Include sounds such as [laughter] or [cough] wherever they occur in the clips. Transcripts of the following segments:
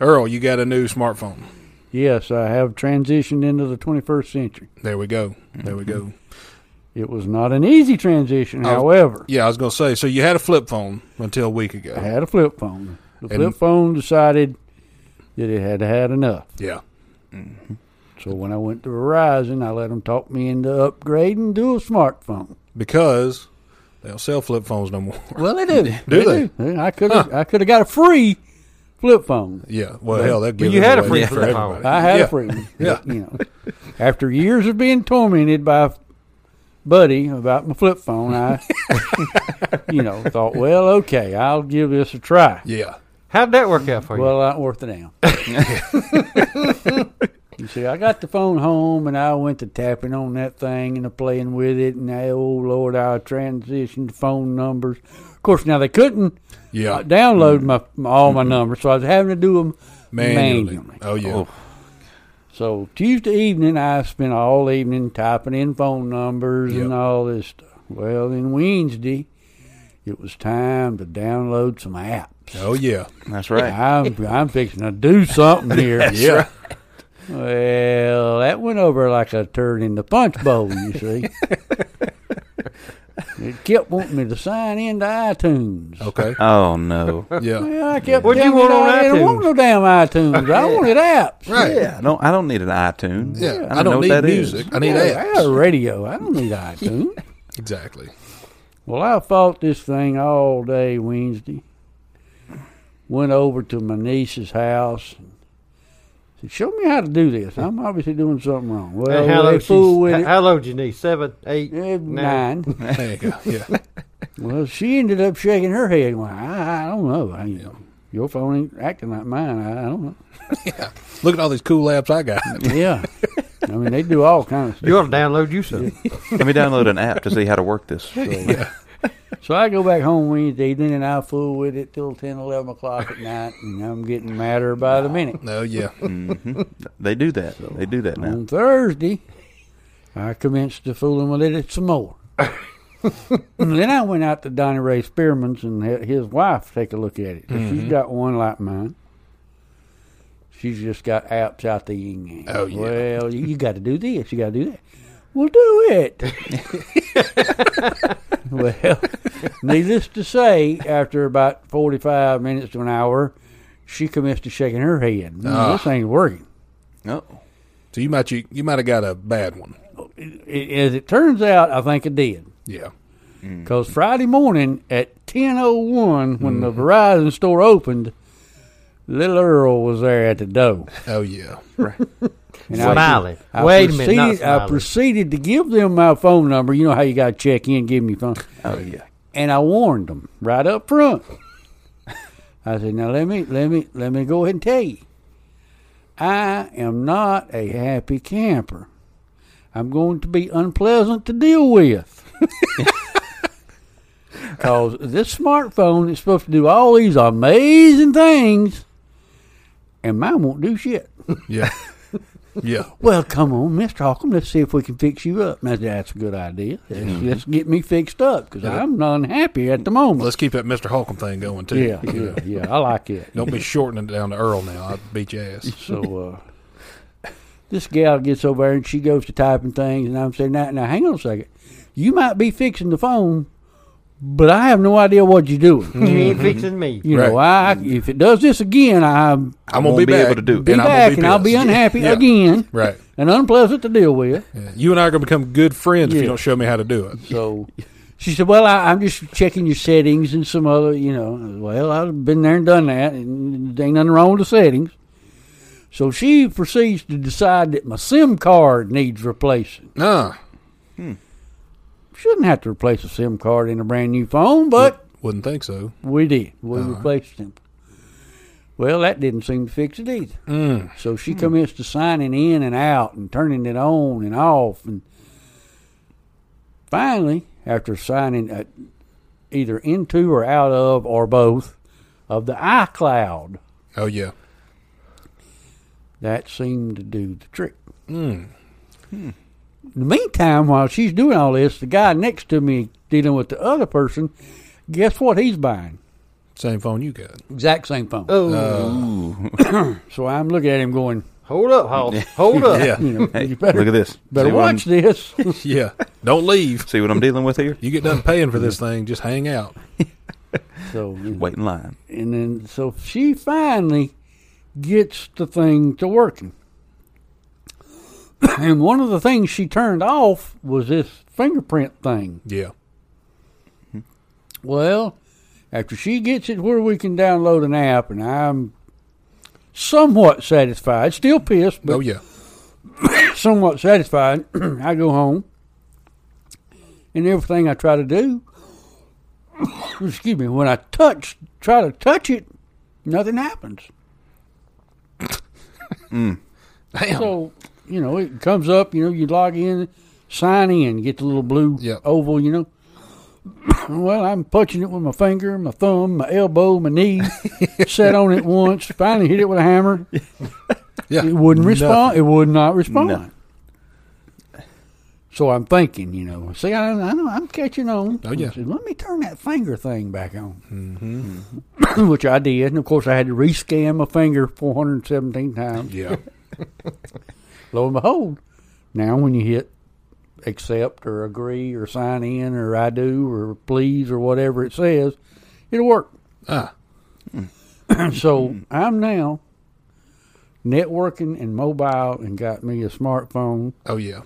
Earl, you got a new smartphone. Yes, I have transitioned into the 21st century. There we go. There we go. Mm-hmm. It was not an easy transition, Oh. however. Yeah, I was gonna say. So you had a flip phone until a week I ago. had a flip phone. The And- flip phone decided that it had had enough. Yeah. So when I went to Verizon, I let them talk me into upgrading to a smartphone. Because they don't sell flip phones no more. [laughs] Well, they do. Do they? I could have I could have got a free flip phone. Yeah. Well, hell, that you had a free for flip everybody. phone. I had Yeah. a free one. [laughs] Yeah. You know, after years of being tormented by Buddy about my flip phone, I, [laughs] you know, thought, well, okay, I'll give this a try. Yeah. How'd that work out for you? Well, not worth a damn. [laughs] you see, I got the phone home and I went to tapping on that thing and to playing with it, and I, oh Lord, I transitioned to phone numbers. Of course, now they couldn't Yeah. uh, download my, my all my numbers, so I was having to do them Manually. manually. Oh yeah. Oh. So Tuesday evening, I spent all evening typing in phone numbers Yep. and all this stuff. Well, then Wednesday, it was time to download some apps. Oh yeah. That's right. I'm I'm fixing to do something here. Yeah. Well, that went over like a turd in the punch bowl. You [laughs] see, it kept wanting me to sign in to iTunes. Okay. Oh no. Yeah. Well, I kept. What'd you telling it want on I didn't want iTunes? no damn iTunes. I wanted apps. Right. Yeah. I don't. I don't need an iTunes. Yeah, I I don't don't know need what that is. music. I need Yeah, I got apps. a radio. I don't need [laughs] iTunes. Exactly. Well, I fought this thing all day Wednesday. Went over to my niece's house. Said, "Show me how to do this. I'm obviously doing something wrong." Well, And how they old fool with she's- it. How how old you need? Seven, eight, Eh, nine. Nine. There you go. Yeah. Well, she ended up shaking her head, going, "I, I don't know. I, you know, your phone ain't acting like mine. I, I don't know." Look at all these cool apps I got. [laughs] Yeah, I mean they do all kinds of stuff. You ought to download you some. Let me download an app to see how to [laughs] work this. So I go back home Wednesday evening and I fool with it till 10, 11 o'clock at night, and I'm getting madder by the minute. No. Oh, Yeah. hmm They do that. They do that now. On Thursday, I commenced to fooling with it [laughs] some more. and then I went out to Donnie Ray Spearman's and had his wife take a look at it. 'cause Mm-hmm. She's got one like mine. She's just got apps out the yin yang. Oh, yeah. Well, you, you got to do this. You got to do that. Well, do [laughs] it. [laughs] well, needless to say, after about 45 minutes to an hour, she commenced to shaking her head. "Mm, Ah. This ain't working. Oh. So you might you, you might have got a bad one. it, as it turns out, I think it did. Yeah. Because Friday morning at 10.01, when the Verizon store opened, little Earl was there at the door. Oh yeah. And Smiling. I Wait a minute. Not proceeded- I smiling. proceeded to give them my phone number. You know how you got to check in, give me your phone. Oh yeah. And I warned them right up front. I said, now let me, let me, let me go ahead and tell you. I am not a happy camper. I'm going to be unpleasant to deal with. [laughs] Because this smartphone is supposed to do all these amazing things, and mine won't do shit. Yeah. Yeah. Well, come on, Mr. Holcomb, let's see if we can fix you up. Now, that's a good idea. Let's, let's get me fixed up because I'm unhappy at the moment. Let's keep that Mr. Holcomb thing going too. Yeah, yeah, yeah. I like it. Don't be shortening it down to Earl now. I'll beat your ass. So uh, this gal gets over there and she goes to typing things, and I'm saying, now, now hang on a second. You might be fixing the phone, but I have no idea what you're doing. You Mm-hmm. ain't fixing me. You know, I if it does this again, I'm I'm gonna Won't be, be back, able to do it. be and I'm gonna back and I'll be pissed. unhappy Yeah. again Right. and unpleasant to deal with. Yeah. You and I are gonna become good friends if you Yeah. don't show me how to do it. So she said, "Well, I, I'm just checking your settings and some other, you know." Well, I've been there and done that, and there ain't nothing wrong with the settings. So she proceeds to decide that my SIM card needs replacing. Nah. Shouldn't have to replace a SIM card in a brand new phone, but Wouldn't think so. we did. We Uh-huh. replaced them. Well, that didn't seem to fix it either. Mm. So she Hmm. commenced to signing in and out and turning it on and off. And finally, after signing uh, either into or out of or both of the iCloud, Oh yeah. that seemed to do the trick. Hmm. In the meantime, while she's doing all this, the guy next to me dealing with the other person, guess what he's buying? Same phone you got. [laughs] Exact same phone. Oh, uh, Ooh. So I'm looking at him going, hold up, Hoss. Hold up. Yeah. you know, [laughs] Hey, you better, look at this. better see, what I'm, watch this. [laughs] Yeah. Don't leave. see what I'm dealing with here? You get done paying for this thing, just hang out. so Wait in line. and then so she finally gets the thing to working. [clears throat] And one of the things she turned off was this fingerprint thing. Yeah. Well, after she gets it where we can download an app, and I'm somewhat satisfied, still pissed, but Oh yeah. somewhat satisfied. [clears throat] I go home, and everything I try to do, [coughs] excuse me, when I touch, try to touch it, nothing happens. Damn. So you know, it comes up. You know, you log in, sign in, get the little blue Yep. oval. You know. [coughs] Well, I'm punching it with my finger, my thumb, my elbow, [laughs] my knee. Sat on it once. Finally, hit it with a hammer. yeah. It wouldn't respond. It would not respond. No. So I'm thinking, you know, see, I, I know I'm catching on. Oh, yeah. I said, Let me turn that finger thing back on, mm-hmm. [coughs] which I did, and of course I had to rescan my finger 417 times. Yeah. Lo and behold, now when you hit accept or agree or sign in or I do or please or whatever it says, it'll work. [clears throat] Ah. so I'm now networking and mobile and got me a smartphone, Oh yeah.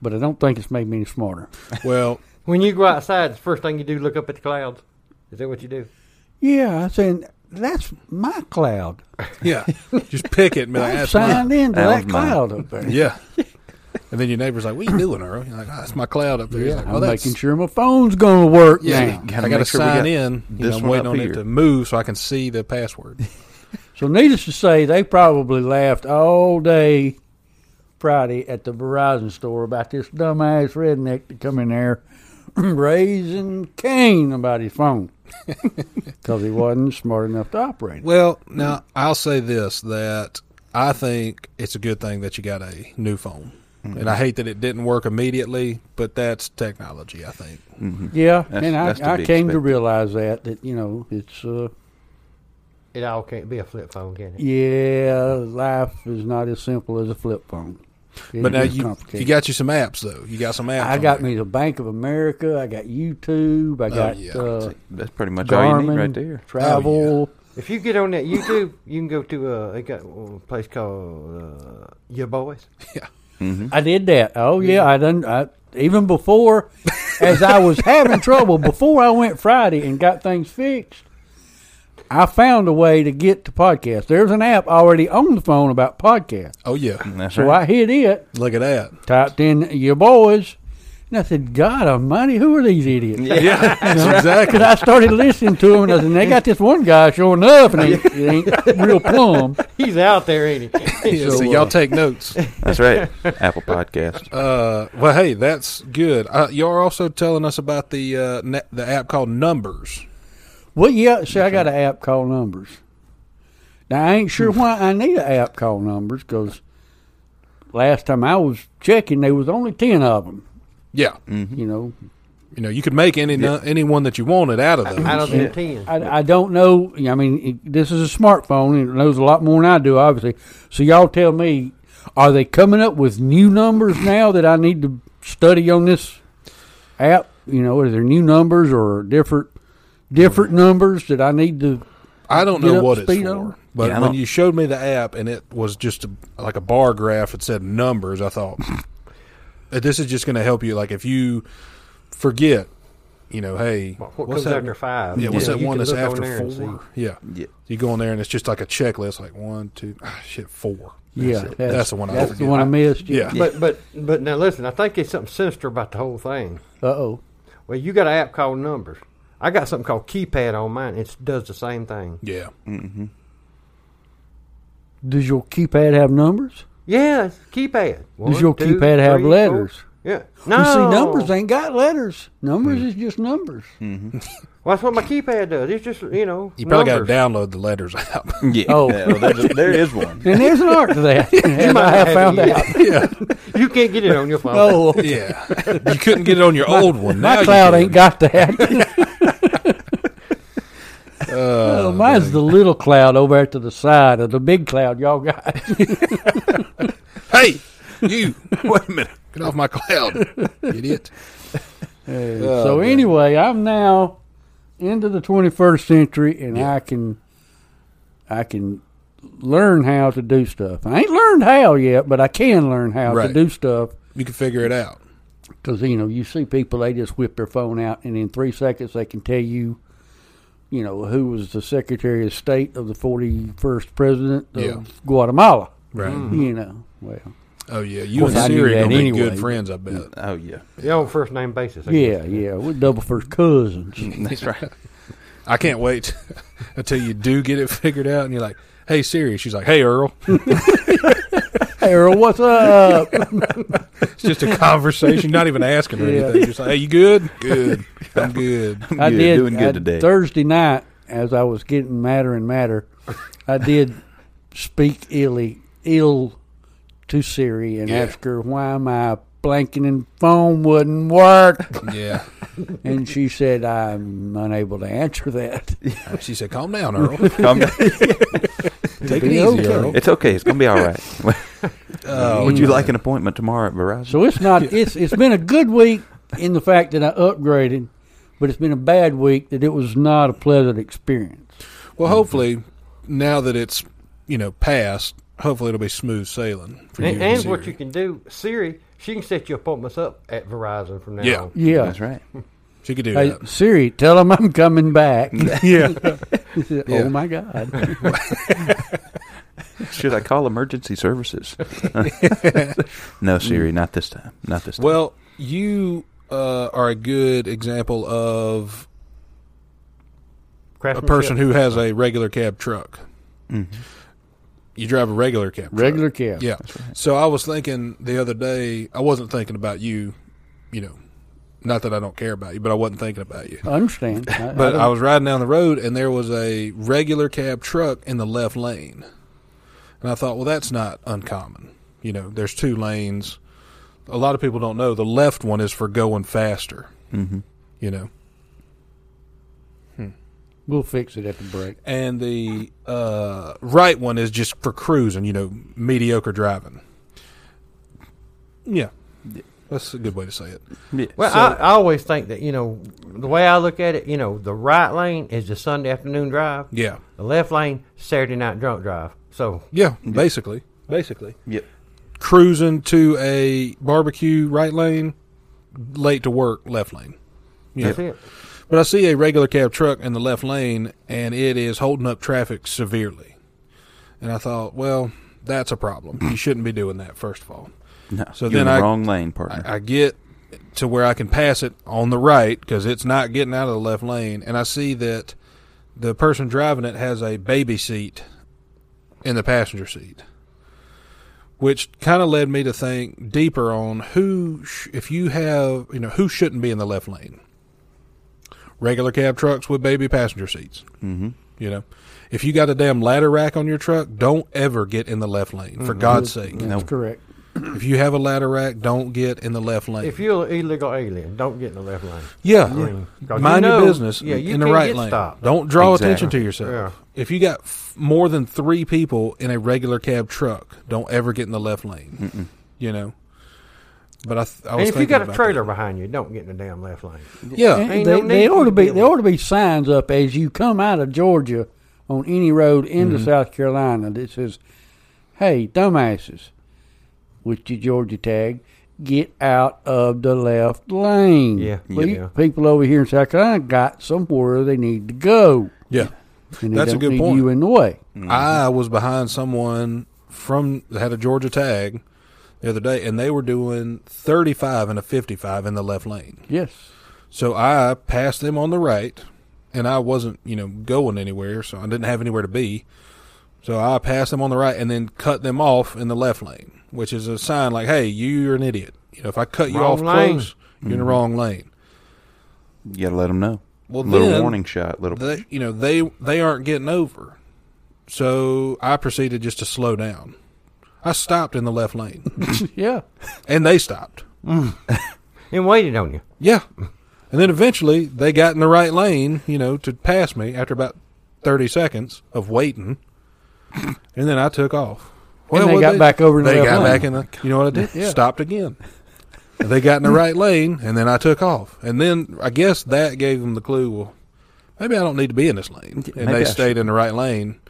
but I don't think it's made me any smarter. Well, When you go outside, the first thing you do look up at the clouds. Is that what you do? Yeah, I said that's my cloud. yeah. Just pick it and be like, I that's mine. signed into That that was mine. cloud up there. Yeah. And then your neighbor's like, "What you doing, Earl?" You're like, "Ah, "It's my cloud up there." He's Yeah, like, I'm well, that's- making sure my phone's gonna work Yeah, now. Gotta I got to make sure we sign got in. You this know, I'm one waiting up on it here. to move so I can see the password. So, needless to say, they probably laughed all day Friday at the Verizon store about this dumbass redneck that come in there [clears throat] raising Cain about his [laughs] phone because he wasn't smart enough to operate [laughs] it. Well, now I'll say this that I think it's a good thing that you got a new phone. Hmm. And I hate that it didn't work immediately, but that's technology, I think. Yeah, That's- and I, that's to I be came to expected. realize that that you know it's uh, It all can't be a flip phone, can it? yeah, life is not as simple as a flip phone. It But now is you complicated. you got you some apps though. You got some apps. I on got there. me the Bank of America. I got YouTube. I got yeah. uh, See, Oh, that's pretty much all you need Garmin right there. Oh, Travel. If you get on that YouTube, you can go to uh, they got a place called uh, Your Boys. [laughs] I did that. Oh yeah, I done. I, even before, as I was having trouble before I went Friday and got things fixed, I found a way to get to podcasts. There's an app already on the phone about podcasts, Oh yeah. That's so right. I hit it, Look at [laughs] that. typed in your boys, and I said, "God Almighty, who are these idiots?" [laughs] Yeah. that's Because exactly. I started listening to them, and I said, "They got this one guy showing up, [laughs] and he, he ain't real plumb." He's out there, ain't he? [laughs] [laughs] Yeah, so So, uh, y'all take [laughs] notes. That's right. Apple Podcast. Uh, well, hey, that's good. Uh, you are also telling us about the uh, na the app called Numbers. Well, yeah. See, I got an app called Numbers. Now I ain't Hmm. sure why I need an app called Numbers because last time I was checking, there was only ten of them. Yeah, You know, you know you could make any nu- any one that you wanted out of those. Out of the ten. I, I don't know. I mean, it, this is a smartphone and it knows a lot more than I do, obviously. So y'all tell me, are they coming up with new numbers now that I need to study on this app? You know, are there new numbers or different different Hmm. numbers that I need to? I don't Get know up what to it's speed for, on it? but Yeah, I when don't- you showed me the app and it was just a, like a bar graph that said numbers, I thought [laughs] this is just going to help you. Like if you forget, you know, hey, What, what comes after five? Yeah, what's You that can one that's look on after there and see. four? Yeah. Yeah. you go in there and it's just like a checklist, like one, two, ah, shit, four. That's yeah, it. that's, the one. I That's forget. the one I missed. Yeah, But but but now listen, I think there's something sinister about the whole thing. Uh oh. Well, you got an app called Numbers. I got something called Keypad on mine. It does the same thing. yeah. Does your keypad have numbers? Yeah, it's keypad. One, Does your two, keypad have three, four. letters? Yeah. You No. see, numbers ain't got letters. Numbers Hmm. is just numbers. Well, that's what my keypad does. It's just you know. You probably got numbers. to download the letters [laughs] app. Yeah. Oh. Well, there's a- there is one. And there's an art to [laughs] that. [laughs] and I might not have have found it out. yeah, You can't get it on your phone. Oh, yeah. You couldn't get it on your old one. Now my you [laughs] [laughs] cloud can. ain't got that. Uh, Oh, mine's the little cloud over there to the side of the big cloud y'all got. Hey, you! [laughs] wait a minute. Get off my cloud, [laughs] idiot. [laughs] so man. anyway, I'm now into the 21st century, and Yeah. I can I can learn how to do stuff. I ain't learned how yet, but I can learn how Right. to do stuff. You can figure it out. Because you know, you see people they just whip their phone out, and in three seconds they can tell you, you know, who was the Secretary of State of the forty-first president of Yeah. Guatemala. Right. You know, well, Mm. Oh yeah, you course and I knew Siri that gonna be anyway. good friends. I bet. Oh yeah, Yeah, on first name basis. I yeah, guess. yeah, we're double first cousins. that's right. I can't wait [laughs] until you do get it figured out, and you're like, "Hey Siri," she's like, "Hey Earl." hey, Earl, what's up? It's just a conversation, not even asking her [laughs] Yeah. anything. Just like, "Hey, you good? Good. [laughs] I'm good." I Good, did doing good I- today. Thursday night, as I was getting madder and madder, I did speak illy ill to Siri and Yeah. ask her why my blanking and phone wouldn't work. Yeah. And she said, I'm unable to [laughs] answer that. She said, "Calm [laughs] down, Earl. Come- Take it Be easy, okay. Earl." it's okay. It's gonna be [laughs] all right. Oh, Would you like an appointment tomorrow at Verizon? So it's not, it's, it's been a good week in the fact that I upgraded, but it's been a bad week that it was not a pleasant experience. Well, hopefully, now that it's you know past, hopefully it'll be smooth sailing for you. And, and what Siri. you can do, Siri, she can set your appointments up at Verizon from now Yeah. on. Yeah. That's right. she could do Hey, that. Siri, tell him I'm coming [laughs] back. [laughs] Yeah. Yeah. Oh, my God. Should I call [laughs] emergency services? no, Siri, not this time. Not this time. well, you uh, are a good example of a Craftsmanship. person who has a regular cab truck. You drive a regular cab. truck. Regular cab. Yeah. So I was thinking the other day. I wasn't thinking about you. You know, not that I don't care about you, but I wasn't thinking about you. I understand. I, But uh, I I, don't- was riding down the road and there was a regular cab truck in the left lane. And I thought, well, that's not uncommon. You know, there's two lanes. A lot of people don't know the left one is for going faster, hmm you know. we'll fix it at the break. And the uh, right one is just for cruising, you know, mediocre driving. Yeah. That's a good way to say it. Yeah. Well, I, I always think that, you know, the way I look at it, you know, the right lane is the Sunday afternoon drive, Yeah. the left lane, Saturday night drunk drive. So, Yeah, basically. Basically. Yep. Cruising to a barbecue right lane, late to work left lane. Yeah. that's it. But I see a regular cab truck in the left lane, and it is holding up traffic severely. And I thought, well, that's a problem. You shouldn't be doing that, first of all. No, So you're in then the I- wrong lane, partner. I, I get to where I can pass it on the right because it's not getting out of the left lane, and I see that the person driving it has a baby seat in the passenger seat, which kind of led me to think deeper on who, sh- if you have, you know, who shouldn't be in the left lane. Regular cab trucks with baby passenger seats. hmm You know, if you got a damn ladder rack on your truck, don't ever get in the left lane. For God's sake, That's No. correct. if you have a ladder rack, don't get in the left lane. If you're an illegal alien, don't get in the left lane. Yeah. I mean, 'cause you Mind know- your business Yeah, you in the can right get lane. stopped. Don't draw Exactly. attention to yourself. Yeah. If you got f- more than three people in a regular cab truck, don't ever get in the left lane. You know. But I, th- I was And if you thinking got a about trailer behind you, don't get in the damn left lane. that. yeah, And Ain't they, no need they for ought to you to be be there able- ought to be signs up as you come out of Georgia on any road into South Carolina that says, "Hey, dumbasses, with your Georgia tag, get out of the left lane." Yeah, Well, yeah. you- people over here in South Carolina got somewhere they need to go, yeah. and they That's a don't good need point. you in the way. I was behind someone from that had a Georgia tag the other day, and they were doing thirty-five and a fifty-five in the left lane. Yes, So I passed them on the right, and I wasn't, you know, going anywhere, so I didn't have anywhere to be. So I passed them on the right and then cut them off in the left lane, which is a sign like, "Hey, you're an idiot." You know, if I cut you Wrong off lane. close, you're in the wrong lane. You gotta let them know. Well, little then warning shot. Little. they, you know, they they aren't getting over. So I proceeded just to slow down. I stopped in the left lane, yeah. and they stopped. And waiting on you. Yeah. And then eventually they got in the right lane, you know, to pass me after about thirty seconds of waiting, and then I took off. and they what got back over in the They left got lane. back in the. You know what I did? Yeah. Stopped again. They got in the right lane, and then I took off. And then I guess that gave them the clue. Well, maybe I don't need to be in this lane. Yeah, And maybe I they should. stayed in the right lane.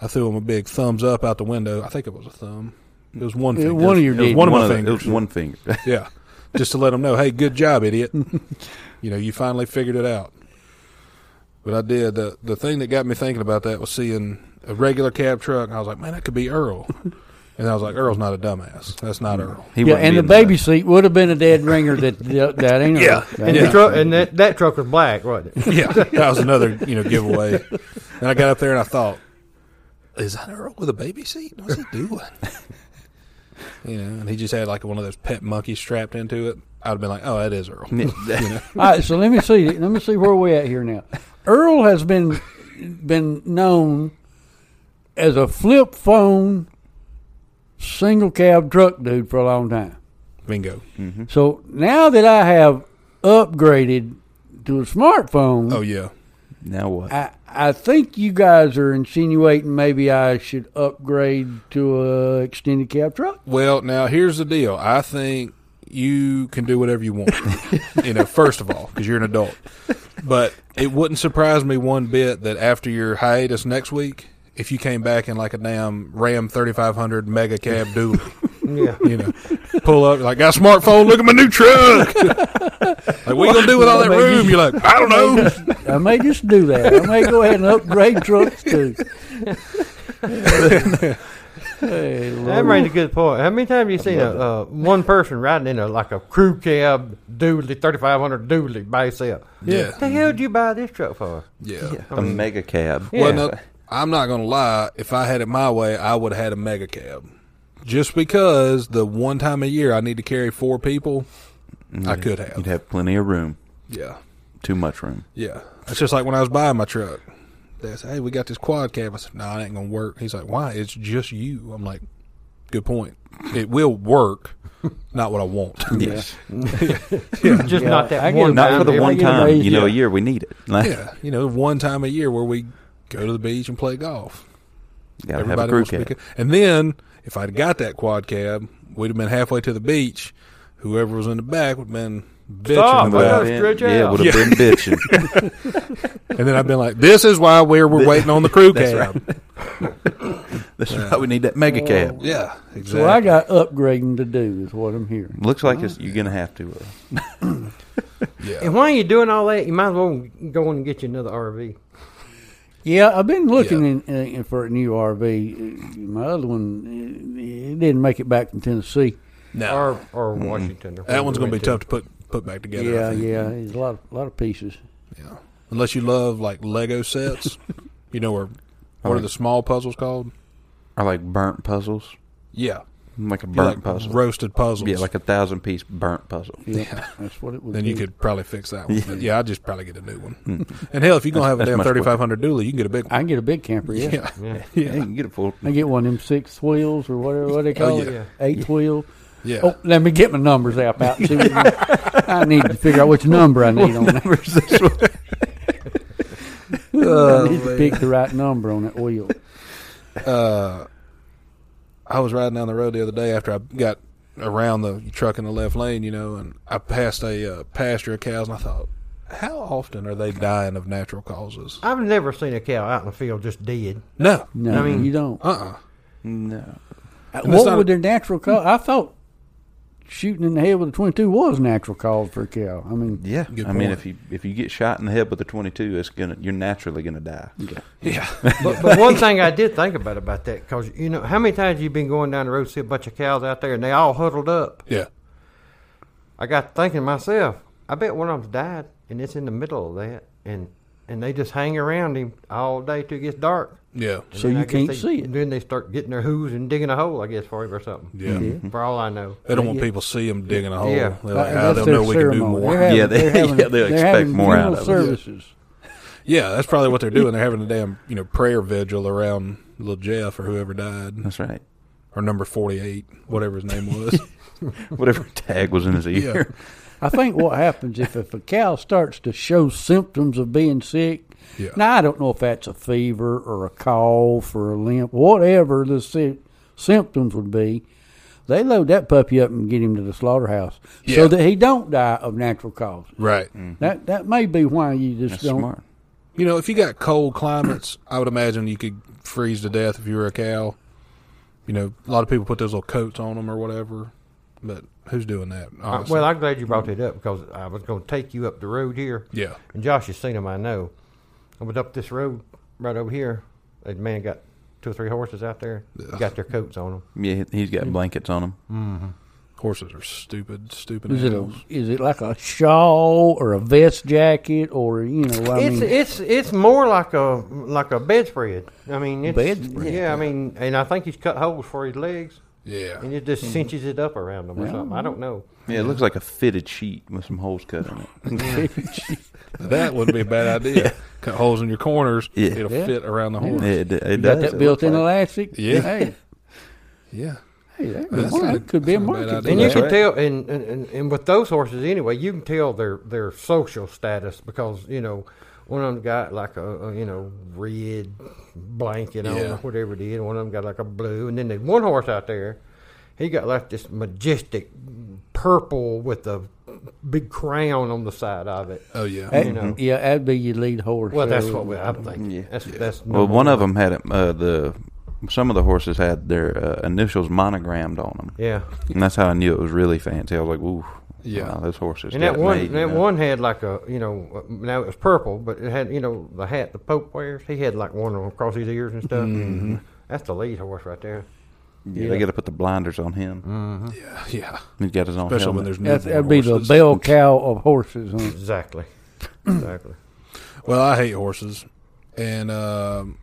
I threw them a big thumbs up out the window. I think it was a thumb. It was one. It was Finger. one of your It was digits. one of my the- fingers. It was one finger. [laughs] Yeah. Just to let them know, hey, good job, idiot. you know, you finally figured it out. But I did. The the thing that got me thinking about that was seeing a regular cab truck, and I was like, man, that could be Earl. and I was like, Earl's not a dumbass. That's not Earl. He yeah, wouldn't and be the in that. [laughs] baby [laughs] seat would have been a dead ringer that that, that ain't Yeah. that And ain't- the truck and that, that truck was black, [laughs] wasn't it? Yeah, that was another you know giveaway. And I got up there and I thought, is that Earl with a baby seat? What's he doing? [laughs] you know, and he just had like one of those pet monkeys strapped into it. I'd have been like, oh, that is Earl. All right, so let me see. Let me see where we at here now. Earl has been been known as a flip phone single cab truck dude for a long time. Bingo. So now that I have upgraded to a smartphone, Oh yeah. Now what? I I think you guys are insinuating maybe I should upgrade to a extended cab truck. Well, now here's the deal. I think you can do whatever you want. you know, first of all, because you're an adult. But it wouldn't surprise me one bit that after your hiatus next week, if you came back in like a damn Ram 3500 mega cab dually, Yeah. you know, pull up like got a smartphone. Look at my new truck. [laughs] like what you gonna do with all that room? You're like, I don't [laughs] know. I may just do that. I may go ahead and upgrade trucks too. hey, That Lord. brings a good point. How many times have you seen a, uh, one person riding in a like a crew cab doodly thirty five hundred doodly by itself? Yeah, The hell did you buy this truck for? yeah. Yeah, a mega cab. Well, Yeah. no, I'm not gonna lie. If I had it my way, I would have had a mega cab. Just because the one time a year I need to carry four people, I could have. You'd have plenty of room. Yeah, Too much room. yeah. It's just like when I was buying my truck. They said, "Hey, we got this quad cab." I said, "No, nah, it ain't gonna work." He's like, "Why? It's just you." I'm like, "Good point. It will work, not what I want." Yes. Just Yeah, not that I get one. it. Not time for the Yeah, every one you know, time. they- You know, a yeah. year we need it. Like, yeah, you know, one time a year where we go to the beach and play golf. Gotta have a crew wants to be cab. ca- And then if I'd got that quad cab, we'd have been halfway to the beach. Whoever was in the back would have been bitching Stop, about I Oh, it. gotta stretch yeah, out. would [laughs] have been bitching. And then I've been like, "This is why we're we're waiting on the crew cab." [laughs] That's why we need that mega cab. [laughs] Yeah, exactly. So I got upgrading to do is what I'm hearing. Looks like it's, you're gonna have to. Uh, yeah. And while you're doing all that, you might as well go on and get you another RV. Yeah, I've been looking Yeah. in, in for a new RV. My other one it it didn't make it back from Tennessee. No, Or or Mm-hmm. Washington. Or that one's going to be wherever you tough to put put back together. yeah, I think. yeah, it's a lot, lot of pieces. Yeah. Unless you love like Lego [laughs] sets, you know, or what are the small puzzles called? are like burnt puzzles, Yeah, like a You burnt like puzzle. roasted puzzles. Yeah, like a thousand piece burnt puzzle. Yeah, that's what it would. then you be. could probably fix that [laughs] one. Yeah, yeah I'd just probably get a new one. and hell, if you're gonna have a Hmm. that's damn much quicker. 3500 dually, you can get a big one. I can get a big camper. Yeah, Yeah. Yeah. Yeah, you can get a full. I can get one of them six wheels or whatever what they call Oh, yeah. it, eight wheel. Yeah. Oh, let me get my numbers app out. And see [laughs] what I need to figure out which number I need on that. [laughs] I need Oh, to pick the right number on that wheel. uh, I was riding down the road the other day after I got around the truck in the left lane, you know, and I passed a uh, pasture of cows, and I thought, how often are they dying of natural causes? I've never seen a cow out in the field just [laughs] dead. No, No, I mean- you don't. uh, uh No, that's What not would a- their natural cause? I thought shooting in the head with a twenty-two was natural cause for a cow. I mean, yeah. Good I mean, point. if you if you get shot in the head with a twenty two, it's gonna you're naturally gonna die. [laughs] yeah, But, but one thing I did think about about that, because, you know, how many times you been going down the road see a bunch of cows out there and they all huddled up? yeah, I got to thinking to myself, I bet one of them's died, and it's in the middle of that, and and they just hang around him all day till it gets dark. yeah, And So then you I guess can't they- see it. Then they start getting their hooves and digging a hole, I guess, for him or something. yeah. Yeah. For all I know, They don't want people to see them digging a hole. Mm-hmm. Yeah. They're like, that- "Ah, uh, they'll that's their know we can do ceremony. more. They're having- [laughs] Yeah, they- they're having- yeah, they they're expect having more out funeral of it. Yeah. services. Yeah, that's probably what they're doing. They're having a damn you know prayer vigil around little Jeff or whoever died. That's right. or number 48, whatever his name [laughs] was. Whatever [laughs] tag was in his Yeah. [laughs] ear. I think what happens if, if a cow starts to show symptoms of being sick, Yeah. now I don't know if that's a fever or a cough or a limp, whatever the sy- symptoms would be, they load that puppy up and get him to the slaughterhouse Yeah. Mm-hmm. so that he don't die of natural causes. Right. That that may be why you just That's don't. smart. You know, if you got cold climates, I would imagine you could freeze to death if you were a cow. You know, a lot of people put those little coats on them or whatever, but who's doing that? Uh, honestly? well, I'm glad you brought that up because I was going to take you up the road here. yeah. And Josh has seen him, I know. I was up this road right over here. A man got two or three horses out there, Ugh. got their coats on them. Yeah, he's got blankets on him. Horses are stupid, stupid Is it a, animals. is it like a shawl or a vest jacket or you know? I it's mean, it's it's more like a like a bedspread. I mean, it's, Bedspread. Yeah, I mean, and I think he's cut holes for his legs, and yeah. it just cinches it up around him Hmm. or Yeah. something. I don't know. Yeah, it looks like a fitted sheet with some holes cut in it. That would be a bad idea. Cut holes in your corners, Yeah. it'll Yeah. fit around the Yeah, horse. it, it got does. It that looks built-in like- elastic. Yeah. Hey, Yeah. hey, that, That's well, not- that could be a that's not a bad market. idea. And Yeah. you can Right. tell, and, and, and, and with those horses anyway, you can tell their, their social status because you know one of them got like a, a you know red blanket on Yeah. or whatever it is. One of them got like a blue, and then the one horse out there, he got like this majestic purple with a big crown on the side of it. Oh, yeah. That- you know. Yeah, that'd be your lead horse. Uh, Well, that's there. what we, I'm thinking. Yeah. That's that's Well, number one of them had it, uh, the some of the horses had their uh, initials monogrammed on them, Yeah, and that's how I knew it was really fancy. I was like, "Ooh, Yeah. wow, those horses." and that got it one made, you that know. one had like a you know uh, now it was purple, but it had you know the hat the Pope wears. He had like one across his ears and stuff. Mm-hmm. That's the lead horse right there. Yeah, they got to put the blinders on him. Mm-hmm. yeah. Yeah. He's got his own Especially when helmet. there's That's, newborn that'd be the horses. bell cow of horses. Huh? [clears throat] Exactly, exactly. Well, I hate horses. And um,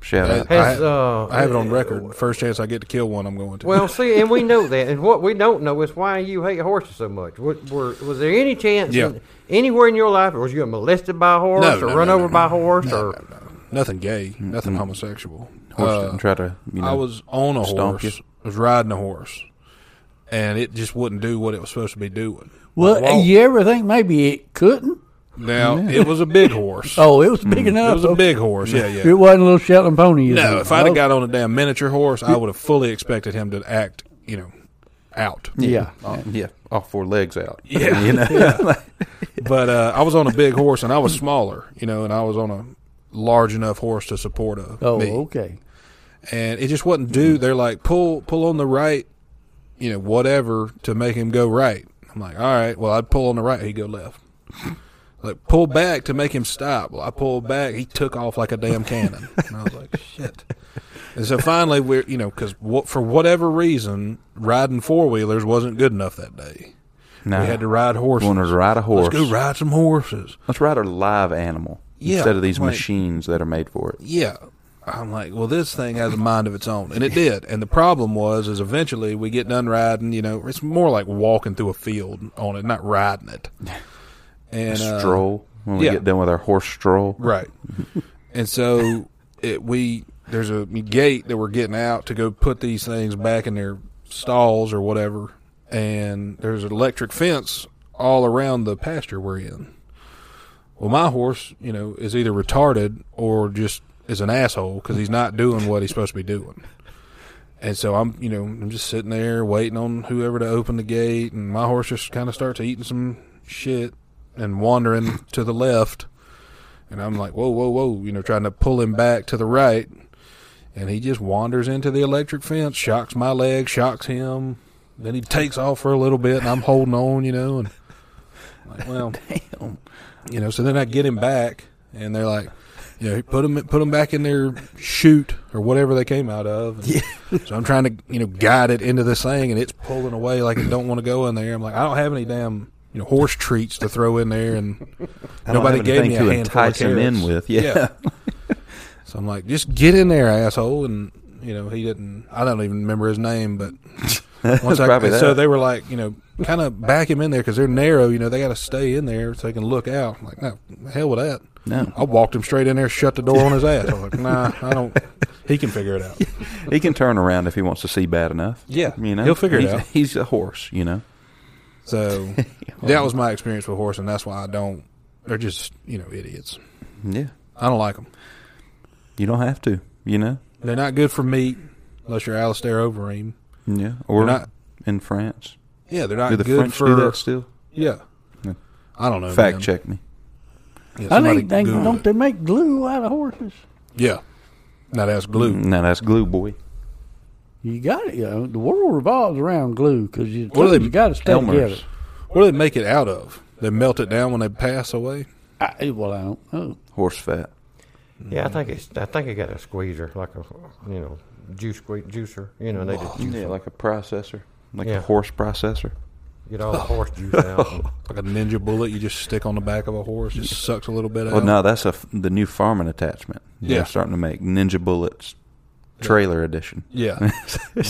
Shout Uh, out. Hey. Has, I- uh, I have it on record. First chance I get to kill one, I'm going to. Well, see, and we know that, and what we don't know is why you hate horses so much. What, were, was there any chance Yeah. in- anywhere in your life, or was you molested by a horse, No, or no, no, run no, over no. by a horse, or nothing gay, nothing homosexual. horse Uh, didn't try to, you know, I was on a stomp horse. you. I was riding a horse, and it just wouldn't do what it was supposed to be doing. Well, Wow. you ever think maybe it couldn't? Now it was a big [laughs] horse. Oh, it was big enough. Mm. it was a big horse. Yeah, It yeah. wasn't a little Shetland pony. you No, know. if I'd Oh, have got on a damn miniature horse, I would have fully expected him to act, you know, out. yeah. Oh, yeah, all four legs out. [laughs] Yeah. you know, [laughs] But uh, I was on a big horse, and I was smaller, you know, and I was on a large enough horse to support a Oh, me. okay. and it just wasn't Mm. due. They're like pull pull on the right, you know, whatever to make him go right. I'm like, all right, well I'd pull on the right, he'd go left. Like pull back to make him stop. Well, I pulled back, he took off like a damn cannon, and I was like, shit. And so finally, we're you know, because for whatever reason, riding four wheelers wasn't good enough that day. no. We had to ride horses. Ah. wanted to ride a horse. Let's go ride some horses. Let's ride a live animal Yeah, instead of these like- machines that are made for it. yeah i'm like well this thing has a mind of its own and it did and the problem was is eventually we get done riding you know it's more like walking through a field on it not riding it and uh, stroll when we yeah. get done with our horse stroll. right and so it we there's a gate that we're getting out to go put these things back in their stalls or whatever and there's an electric fence all around the pasture we're in well, my horse, you know, is either retarded or just is an asshole because he's not doing what he's supposed to be doing. And so I'm, you know, I'm just sitting there waiting on whoever to open the gate, and my horse just kind of starts eating some shit and wandering to the left. And I'm like, whoa, whoa, whoa, you know, trying to pull him back to the right. And he just wanders into the electric fence, shocks my leg, shocks him. Then he takes off for a little bit, and I'm holding on, you know, and I'm like, well, you know, so then I get him back, and they're like, you know, put him put him back in their chute or whatever they came out of. And [laughs] So I'm trying to you know guide it into this thing, and it's pulling away like it don't want to go in there. I'm like, I don't have any damn you know horse treats to throw in there, and I don't nobody have gave me a anything to handful of entice him in carrots. with. Yeah, [laughs] so I'm like, just get in there, asshole, and you know he didn't. I don't even remember his name, [laughs] but once I, Probably so that. they were like, you know, kind of back him in there because they're narrow. You know, they got to stay in there so they can look out. I'm like, no, hell with that. no. [laughs] I walked him straight in there, shut the door on his ass. I was like, nah, I don't. He can figure it out. He can turn around if he wants to see bad enough. Yeah, You know, he'll figure it he's, [laughs] out. He's a horse, you know. So that was my experience with horse, and that's why I don't. They're just you know idiots. Yeah, I don't like them. you don't have to, you know. They're not good for meat unless you're Alistair Overeem. Yeah, or not- in France, Yeah, they're not do the good French for do that still? yeah. Yeah. I don't know. Fact man. check me. Yeah, I somebody think they Google don't it. they make glue out of horses. Yeah, now that's glue. Now Mm, that's glue, boy. You got it. You know, the world revolves around glue because you, What are they- you got to stay together. Elmer's What do they make it out of? They melt it down when they pass away. I, well, I don't know. horse fat. Yeah, I think it's. I think it got a squeezer, like a you know juice sque- juicer. You know, they just juice Yeah, it. like a processor, like Yeah. a horse processor. Oh. get all the horse juice out. [laughs] and- Like a ninja bullet, you just stick on the back of a horse. Just sucks a little bit out. Well, no, that's a f- the new farming attachment. Yeah. They're starting to make Ninja Bullets [laughs] trailer edition. Yeah,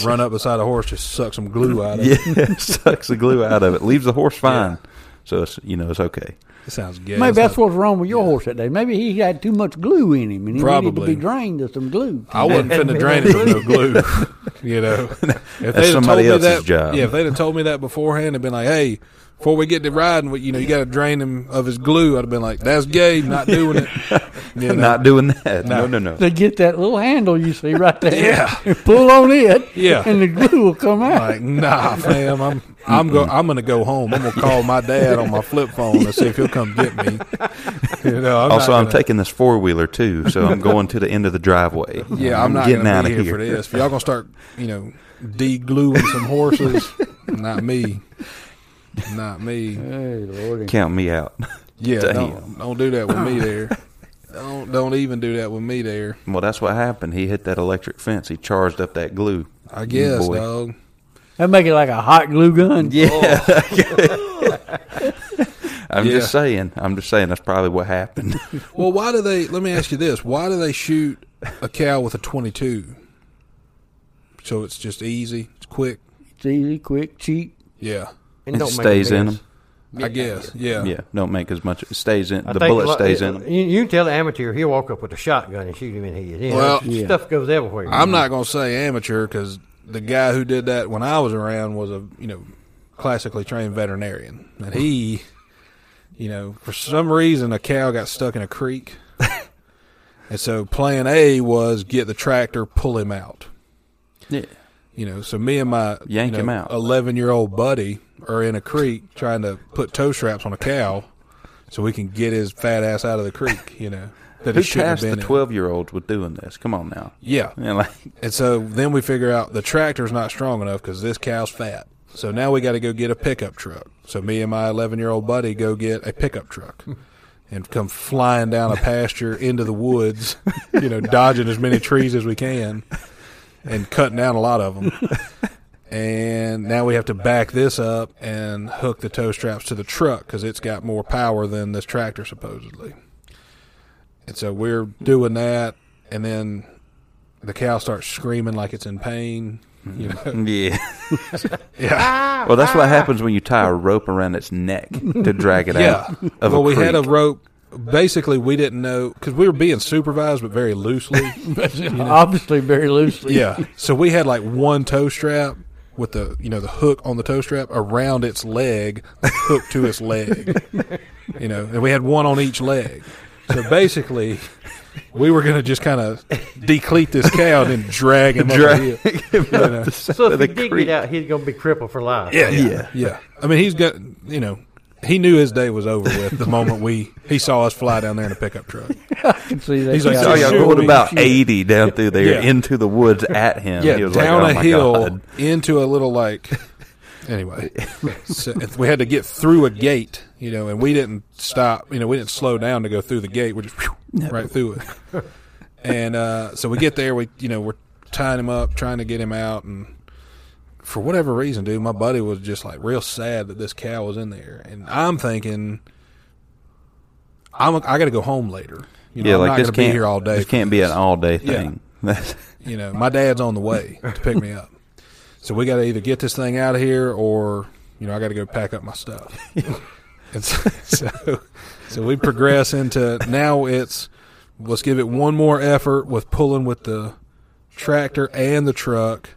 run up beside a horse, just suck some glue out of [laughs] Yeah, it. sucks the glue out of it, leaves the horse fine. So it's you know it's okay. It sounds gay. Maybe It's that's not- what's wrong with your horse that day. Maybe he had too much glue in him and he needed to Probably. be drained of some glue. I wasn't [laughs] finna drain it with no glue. [laughs] You know, if they'd have somebody told me that, else's job. Yeah, if they'd have told me that beforehand, and been like, "Hey, before we get to riding, we- you know, you got to drain him of his glue," I'd have been like, "That's gay, not doing it." [laughs] You know? Not doing that. [laughs] No. No, no, no. They get that little handle you see right there. [laughs] Yeah. and pull on it. Yeah. and the glue will come out. like, nah, fam, I'm I'm go I'm gonna go home. I'm gonna call my dad on my flip phone and see if he'll come get me. [laughs] You know, I'm also, not I'm gonna- taking this four wheeler too, so [laughs] I'm going to the end of the driveway. Yeah, I'm not getting gonna out be of here, for this. If y'all gonna start, you know, de-gluing some [laughs] horses, not me, not me. Hey, Lordy. Count me out. Yeah, Damn. don't don't do that with [laughs] me there. Don't don't even do that with me there. Well, that's what happened. He hit that electric fence. He charged up that glue. I guess, Mm, Boy. dog. That make it like a hot glue gun. [laughs] Yeah. Oh. [laughs] I'm just Yeah. saying. I'm just saying. That's probably [laughs] what happened. Well, why do they? Let me ask you this: Why do they shoot a cow with a twenty-two? So it's just easy, it's quick. It's easy, quick, cheap. Yeah, and It don't make a stays in mess. 'em. I guess. Yeah. yeah, don't make as much. It stays in. I the think bullet lo- stays in 'em. You, you can tell the amateur he'll walk up with a shotgun and shoot him in the head. You know, Well- it's- stuff goes everywhere. I'm not going to say amateur because the guy who did that when I was around was a you know classically trained veterinarian, and he, you know, for some reason a cow got stuck in a [laughs] creek, and so Plan A was get the tractor, pull him out. Yeah. You know, so me and my Yank him out. eleven year old buddy are in a creek trying to put toe straps on a cow, so we can get his fat ass out of the creek. You know, that Who he shouldn't have tasked been the in. 12 year olds with doing this? Come on now. [laughs] Yeah, And like, And so then we figure out the tractor's not strong enough because this cow's fat. So now we got to go get a pickup truck. So me and my 11 year old buddy go get a pickup truck and come flying down a pasture into the woods, you know, dodging as many trees as we can and cutting down a lot of them. And now we have to back this up and hook the tow straps to the truck because it's got more power than this tractor supposedly. And so we're doing that, and then the cow starts screaming like it's in pain. You Mm-hmm. [laughs] know, yeah. yeah, [laughs] Well, that's what happens when you tie a rope around its neck to drag it yeah. out. Of Well, a we had a creek. rope. Basically, we didn't know because we were being supervised, but very [laughs] loosely. Obviously, very loosely. yeah. So we had like one toe strap with the you know the hook on the toe strap around its leg, hooked to its [laughs] leg. You know, and we had one on each leg. So basically, we were going to just kind [laughs] of decleat this cow and then drag him Drag up the hill. him You up know. the side So of if [laughs] the he did creek. get out, he's gonna be crippled for life. Yeah, yeah, Yeah. yeah. I mean, he's got you know, he knew his day was over with the moment we he saw us fly down there in a pickup truck. I can see that. He's like, guy. Oh, yeah, y'all Sure, going we- about 80 down through there Yeah. into the woods at him. Yeah, He was like, down "Oh, a my hill God." [laughs] into a little like. Anyway, so if we had to get through a gate, you know, and we didn't stop. You know, we didn't slow down to go through the gate. We're just whew, right through it. And uh, so we get there. We you know we're tying him up, trying to get him out, and for whatever reason, dude, my buddy was just like real sad that this cow was in there, and I'm thinking, I'm I got to go home later. You know, Yeah, I'm like not this gonna be can't, here all day. this for can't be an all day thing. [laughs] you know, my dad's on the way to pick me up. So we got to either get this thing out of here or, you know, I got to go pack up my [laughs] stuff. and so, so, so we progress into now it's let's give it one more effort with pulling with the tractor and the truck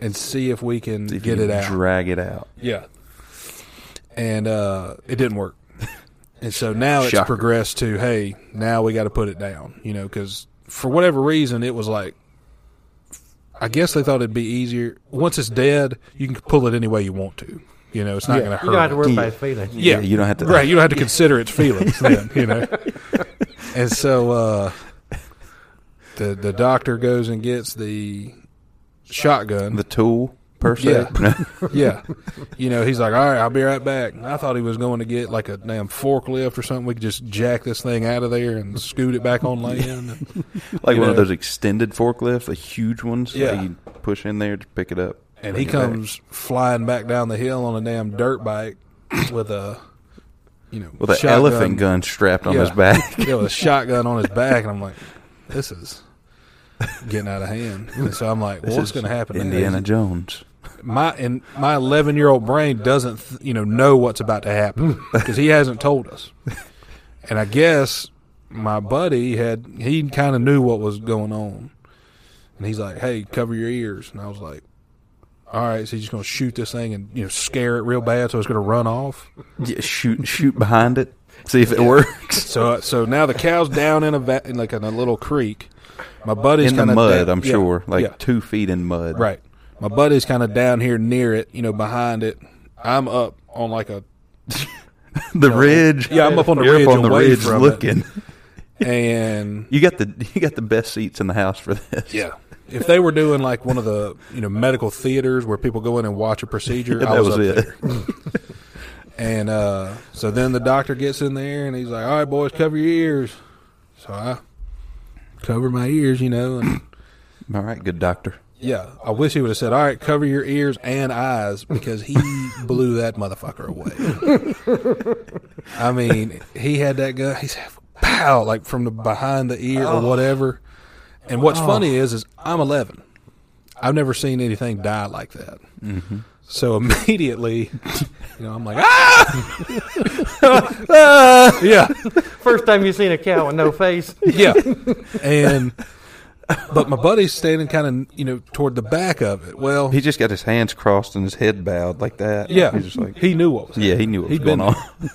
and see if we can See if you get can it out. Drag it out. Yeah. And uh, it didn't work. [laughs] And so now it's Shocker. progressed to, hey, now we got to put it down, you know, because for whatever reason, it was like, I guess they thought it'd be easier. Once it's dead, you can pull it any way you want to. You know, it's not going to hurt. You don't have to it. worry [laughs] Yeah. about his feelings. Yeah. you don't have to. Right, you don't have to consider its feelings then, you [laughs] know. and so uh, the the doctor goes and gets the shotgun. The tool per se. [laughs] Yeah. yeah, you know, he's like, "All right, I'll be right back." And I thought he was going to get like a damn forklift or something. We could just jack this thing out of there and scoot it back on land. like You one of know. those extended forklifts, the huge ones. that Yeah. you push in there to pick it up. And bring he it back. comes flying back down the hill on a damn dirt bike with a, you know, with an shotgun. elephant gun strapped on Yeah. his back. yeah, with a shotgun on his back, and I'm like, this is getting out of hand. And so I'm like, well, [laughs] what's going to happen? now? Indiana Jones. My and my 11 year old brain doesn't, th- you know, know what's about to happen Hmm. [laughs] because he hasn't told us. And I guess my buddy had he kind of knew what was going on, and he's like, hey, cover your ears, and I was like. All right, so he's just gonna shoot this thing and you know scare it real bad, so it's gonna run off. Yeah, shoot, shoot behind it. See if it works. So, uh, so now the cow's down in a va- in like in a little creek. My buddy's In the kinda mud, down- I'm yeah, sure. Like yeah. two feet in mud. Right. My buddy's kind of down here near it, you know, behind it. I'm up on like a The ridge. Yeah, I'm up on the You're ridge Up on the away ridge from it. looking. and You got the you got the best seats in the house for this. yeah. If they were doing like one of the you know medical theaters where people go in and watch a procedure, I [laughs] [laughs] that was, was up it. there. And uh, so then the doctor gets in there and he's like, "All right, boys, cover your ears." So I cover my ears, you know, and All right, good doctor. yeah, I wish he would have said, "All right, cover your ears and eyes," because he blew that motherfucker away. I mean, he had that gun. He's pow, like from the behind the ear or whatever. And what's funny is, is I'm 11. I've never seen anything die like that. So [laughs] immediately, you know, I'm like, ah, Ah! yeah, First time you seen a cow with no face. [laughs] yeah. And but my buddy's standing kind of you know toward the back of it. Well, He just got his hands crossed and his head bowed like that. Yeah, he's just like he knew what was. yeah. He knew what was He'd been going on.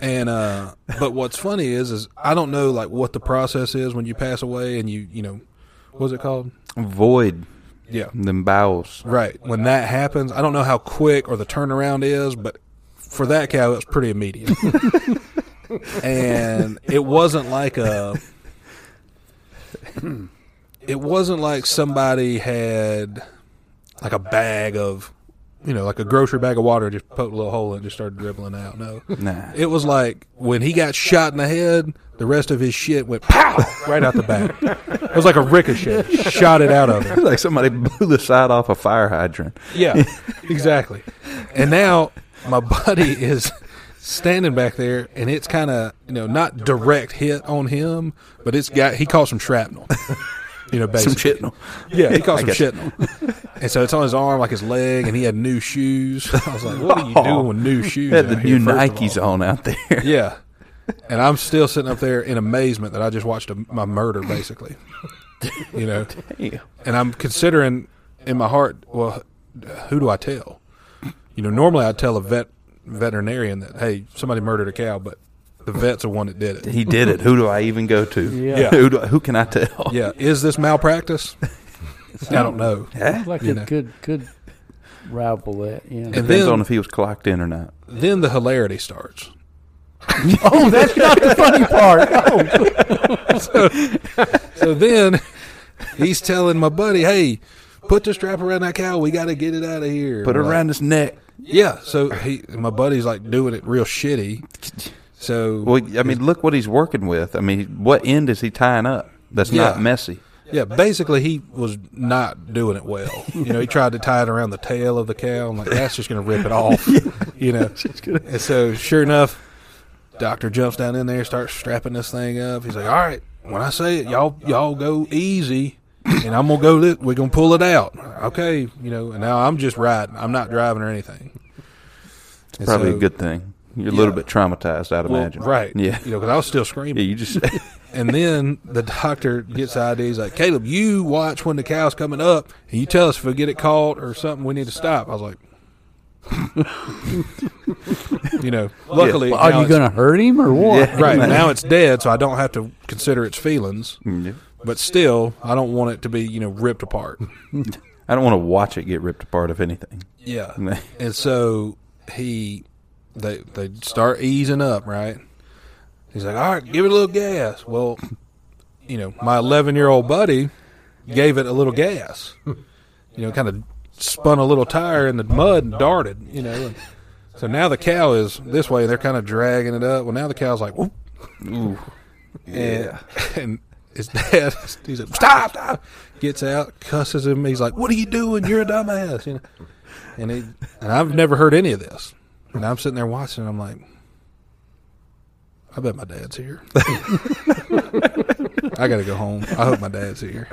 And uh, but what's funny is, is I don't know like what the process is when you pass away and you, you know, what's it called? [laughs] Void Yeah, them bowels. [laughs] right. When that happens, I don't know how quick or the turnaround is, but for that cow, it was pretty immediate. [laughs] and it wasn't like a. It wasn't like somebody had like a bag of, you know, like a grocery bag of water, and just poked a little hole in it and just started dribbling out. No. Nah. It was like when he got shot in the head, the rest of his shit went pow right out the back. It was like a ricochet, shot it out of him. like somebody blew the side off a fire hydrant. Yeah, [laughs] exactly. And now my buddy is standing back there, and it's kind of you know not direct hit on him, but it's got he caught some shrapnel. You know, Some basically. chitnel. Yeah, he caught I some guess. shrapnel. And so it's on his arm, like his leg, and he had new shoes. [laughs] I was like, "What are you doing with [laughs] new shoes?" Had the out here, new first of all? Nikes on out there. Yeah. And I'm still sitting up there in amazement that I just watched a, my murder, basically. You know, Yeah. and I'm considering in my heart, well, who do I tell? You know, normally I tell a vet veterinarian that hey, somebody murdered a cow, but the vet's the one that did it. [laughs] He did it. Who do I even go to? Yeah. Yeah. Who, do, who can I tell? Yeah, is this malpractice? I don't know. Eh? Like You it know. could could rival that. [laughs] Yeah. And [laughs] Depends then- on if he was clocked in or not. Then the hilarity starts. oh, that's not the [laughs] funny part. Oh, So then he's telling my buddy, hey, put the strap around that cow. We got to get it out of here. Put it We're like, around his neck. Yeah, so he, my buddy's like doing it real shitty. So Well, I mean, look what he's working with. I mean, what end is he tying up? That's not Yeah. messy. yeah, basically he was not doing it well. You know, he tried to tie it around the tail of the cow. I'm like, that's just gonna rip it off. You know, and so sure enough, doctor jumps down in there, starts strapping this thing up. He's like, all right, when I say it, y'all y'all go easy. And I'm gonna go. This, we're gonna pull it out, okay? You know. And now I'm just riding. I'm not driving or anything. And Probably so- a good thing. You're a little bit traumatized, I'd Well, imagine. right. Yeah. You know, because I was still [laughs] Yeah, screaming. you just [laughs] And then the doctor gets the ID. He's like, Caleb, you watch when the cow's coming up and you tell us if we get it caught or something, we need to stop. I was like, [laughs] you know, luckily. Well, are now you it's- going to hurt him or what? Yeah. Right. Now it's dead, so I don't have to consider its feelings. Yeah. But still, I don't want it to be, you know, ripped apart. I don't want to watch it get ripped apart if anything. Yeah. And so he, they they start easing up, right? He's like, all right, give it a little gas. Well, you know, my 11 year old buddy gave it a little gas. You know, kind of spun a little tire in the mud and darted. You know, and so now the cow is this way. They're kind of dragging it up. Well, now the cow's like, whoop. Ooh. And, [laughs] and his dad, he's like, stop, stop. Gets out, cusses him. He's like, what are you doing? You're a dumbass. You know? And, he, and I've never heard any of this. And I'm sitting there watching, and I'm like, I bet my dad's here. [laughs] I got to go home. I hope my dad's here.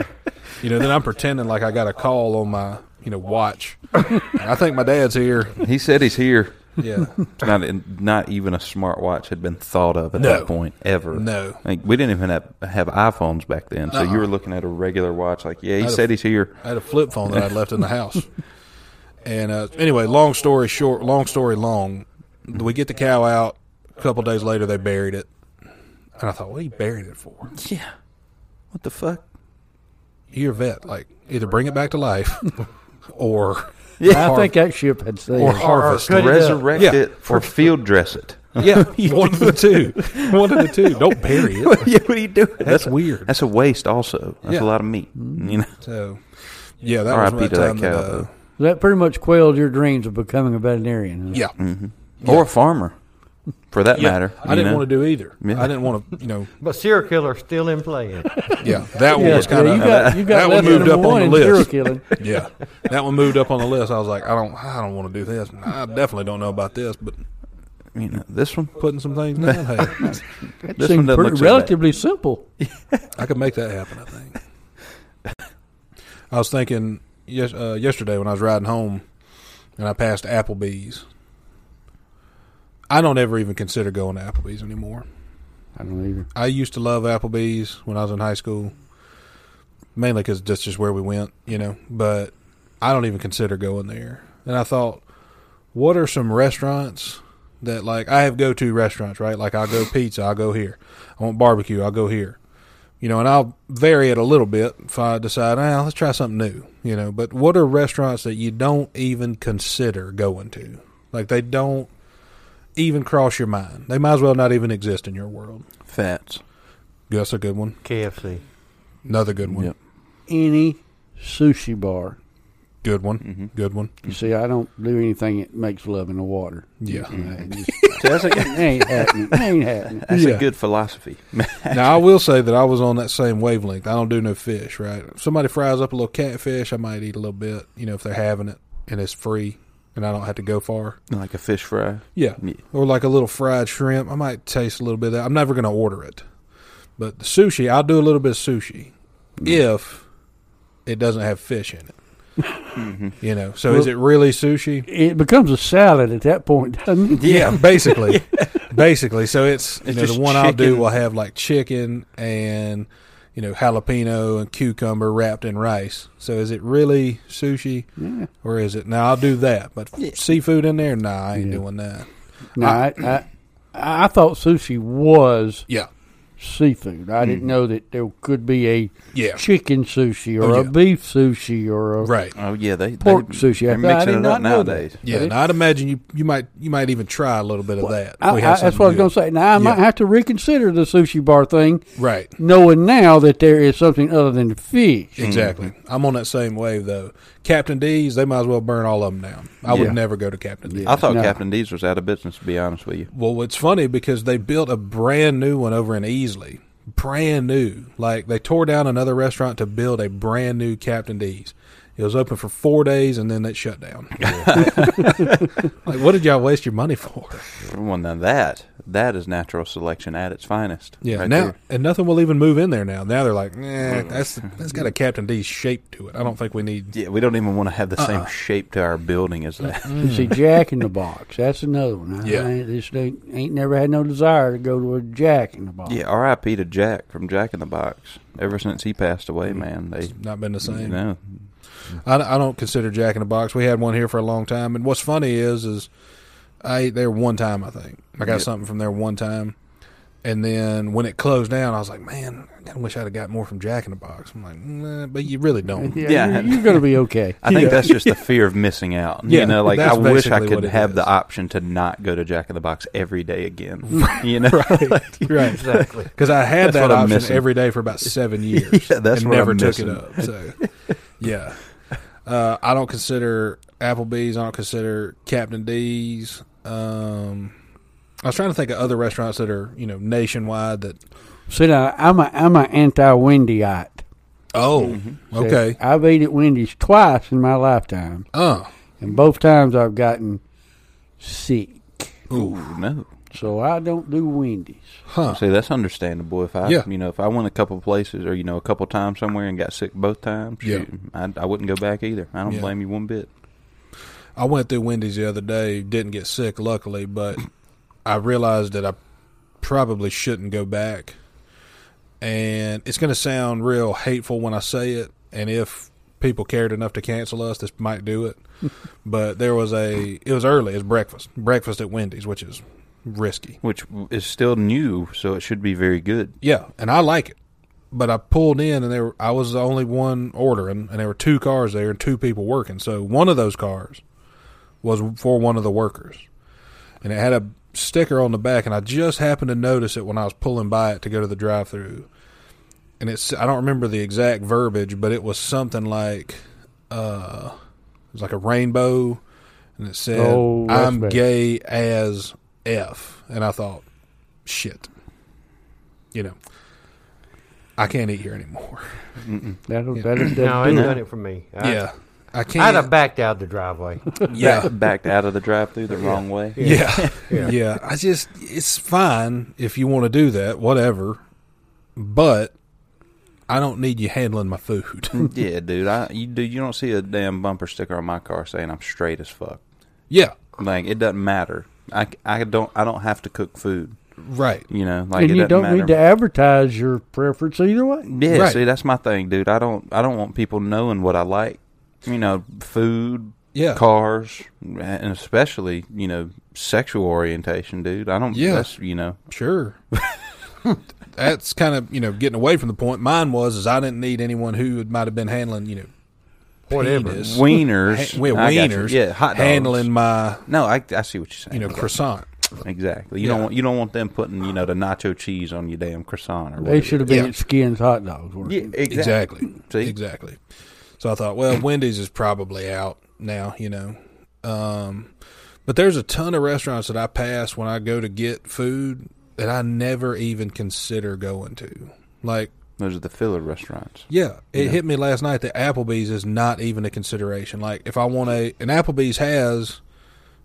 You know, then I'm pretending like I got a call on my, you know, watch. I think my dad's here. He said [laughs] he's here. Yeah. Not not even a smartwatch had been thought of at No. that point ever. No. Like, we didn't even have, have iPhones back then, so you were looking at a regular watch. Like, yeah, he I'd said have- he's here. I had a flip phone that I'd left in the house. And uh, anyway, long story short, long story long, we get the cow out. A couple days later, they buried it. And I thought, what are you burying it for? Yeah. What the fuck? You're a vet. Like, either bring it back to life [laughs] or, I think that ship had sailed. or harvest Cut it up. Resurrect Yeah. it [laughs] or field dress it. [laughs] Yeah, one of the two. One of the two. Don't bury [laughs] it. yeah, what are you doing? That's, That's weird. that's a waste. Also, that's Yeah. a lot of meat. Mm-hmm. You know, So, yeah, that was R.I.P. right to that time that, cow, uh, though. That pretty much quelled your dreams of becoming a veterinarian. huh? yeah. or a farmer, for that Yeah. Mm-hmm. matter. I didn't want to do either. Yeah. I didn't want to, you know, But serial killer still in play. yeah, that one Yeah, was kind yeah, of, you got, you got that one left moved number up one on the in list. serial killing. [laughs] yeah, that one moved up on the list. I was like, I don't, I don't want to do this. I definitely don't know about this, but to. You know, uh, this one. putting some things down, hey, That This one seemed doesn't pretty, look so bad. relatively simple. I could make that happen. I think. I was thinking yes, uh, yesterday when I was riding home, and I passed Applebee's. I don't ever even consider going to Applebee's anymore. I don't either. I used to love Applebee's when I was in high school, mainly because that's just where we went, you know. But I don't even consider going there. And I thought, what are some restaurants that like I have go to restaurants, right? Like I'll go pizza, I'll go here. I want barbecue, I'll go here. You know, and I'll vary it a little bit if I decide, ah, let's try something new, you know. But what are restaurants that you don't even consider going to? Like they don't even cross your mind. They might as well not even exist in your world. Fats. That's a good one. KFC. Another good one. Yep. Any sushi bar. Good one. Good one. You see, I don't do anything that makes love in the water. Yeah. Mm-hmm. It just- See, that's [laughs] a, it ain't happening. It ain't happening. that's Yeah. a good philosophy. [laughs] Now I will say that I was on that same wavelength. I don't do no fish, right? If somebody fries up a little catfish, I might eat a little bit, you know, if they're having it and it's free and I don't have to go far. like a fish fry. Yeah. Yeah. Or like a little fried shrimp. I might taste a little bit of that. I'm never gonna order it. But the sushi, I'll do a little bit of sushi if it doesn't have fish in it. You know. So is Well- it really sushi? It becomes a salad at that point, doesn't it? Yeah, [laughs] basically, basically. So it's you It's know the just one I'll do chicken. will have like chicken and you know jalapeno and cucumber wrapped in rice. So is it really sushi Yeah. or is it? Now I'll do that, but seafood in there? Nah, I ain't Yeah. doing that. No, I, I, I thought sushi was Yeah, seafood. I didn't know that there could be a yeah, chicken sushi or Oh, a yeah. beef sushi or a right. Oh yeah, they pork they, sushi. They're I mixing did it not up know that. nowadays. Yeah, But it- and I'd imagine you you might you might even try a little bit of that. I, We I, had that's something what I was good. going to say. Now I might Yeah. have to reconsider the sushi bar thing, Right. knowing now that there is something other than fish. Exactly. I'm on that same wave though. Captain D's, they might as well burn all of them down. I Yeah. would never go to Captain D's. I thought No. Captain D's was out of business. To be honest with you, Well, it's funny because they built a brand new one over in Easley. Brand new. Like they tore down another restaurant to build a brand new Captain D's. It was open for four days and then it shut down. like, what did y'all waste your money for? Well, now that that is natural selection at its finest. Yeah, right now there. and nothing will even move in there now. Now they're like, nah, that's that's got a Captain D shape to it. I don't think we need. Yeah, we don't even want to have the Uh-uh. same shape to our building as that. You see, Jack in the Box. That's another one. I, Yeah. I just ain't, ain't never had no desire to go to a Jack in the Box. Yeah, R.I.P. to Jack from Jack in the Box. Ever since he passed away, man, they It's not been the you same. know, I, I don't consider Jack in the Box. We had one here for a long time, and what's funny is, is I ate there one time. I think I got Yeah. something from there one time, and then when it closed down, I was like, man, I kinda wish I'd have got more from Jack in the Box. I'm like, nah, but you really don't. [laughs] Yeah, [laughs] Yeah. You're, you're going to be okay. I think that's just the fear of missing out. Yeah, you know, like I that's wish I basically could what it have is. the option to not go to Jack in the Box every [laughs] day again. you know, right. [laughs] Exactly. Because I had That's that what I'm option missing. every day for about seven years. [laughs] Yeah, that's and what never I'm took missing. it up. So, [laughs] yeah, uh, I don't consider Applebee's. I don't consider Captain D's. Um, I was trying to think of other restaurants that are you know nationwide. That See, now, I'm a I'm an anti-Wendyite. oh See, okay I've eaten at Wendy's twice in my lifetime, oh and both times I've gotten sick. Ooh, no. So I don't do Wendy's. huh See, that's understandable. If I, Uh. Yeah. you know, if I went a couple places or you know a couple times somewhere and got sick both times, Yeah. shoot, I, I wouldn't go back either. I don't Yeah. blame you one bit. I went through Wendy's the other day. Didn't get sick, luckily, but I realized that I probably shouldn't go back. And it's going to sound real hateful when I say it. And if people cared enough to cancel us, this might do it. but there was a. It was early. It was breakfast. Breakfast at Wendy's, which is risky. Which is still new, so it should be very good. Yeah, and I like it. But I pulled in, and there I was the only one ordering, and there were two cars there and two people working. So one of those cars was for one of the workers, and it had a sticker on the back. And I just happened to notice it when I was pulling by it to go to the drive-through. And it's I don't remember the exact verbiage, but it was something like uh, it was like a rainbow, and it said, Oh, that's "I'm bad. gay as f," and I thought, "Shit." You know, I can't eat here anymore. That'll Yeah. that'll, [clears throat] that'll No, do it it. done it for me. I, yeah, I can't. I'd have backed out the driveway. yeah, Back- backed out of the drive-through the wrong way. yeah, yeah, [laughs] Yeah. I just it's fine if you want to do that, whatever. But I don't need you handling my food. Yeah, dude. I you do you don't see a damn bumper sticker on my car saying I'm straight as fuck. [laughs] yeah, Like it doesn't matter. I, I don't I don't have to cook food. right. You know, like it and you doesn't don't matter. need to advertise your preference either way. Yeah, Right. see, that's my thing, dude. I don't I don't want people knowing what I like. You know, food, Yeah. cars, and especially you know sexual orientation, dude. I don't. Yeah. Yeah. That's, you know. Sure. [laughs] That's kind of you know getting away from the point. Mine was is I didn't need anyone who might have been handling you know Whatever. penis, Wieners, Ha- well, I got you. wieners, yeah, hot dogs. handling my No, I, I see what you're saying. you know croissant. exactly. You Yeah. don't want you don't want them putting you know the nacho cheese on your damn croissant or They whatever. should have been Yeah. at Skins hot dogs. weren't Yeah, they? exactly. Exactly. [clears throat] See? Exactly. So I thought, well, Wendy's is probably out now, you know. Um, but there's a ton of restaurants that I pass when I go to get food that I never even consider going to. Like, Those are the filler restaurants. yeah, it hit me last night that Applebee's is not even a consideration. Like, if I want a, and Applebee's has,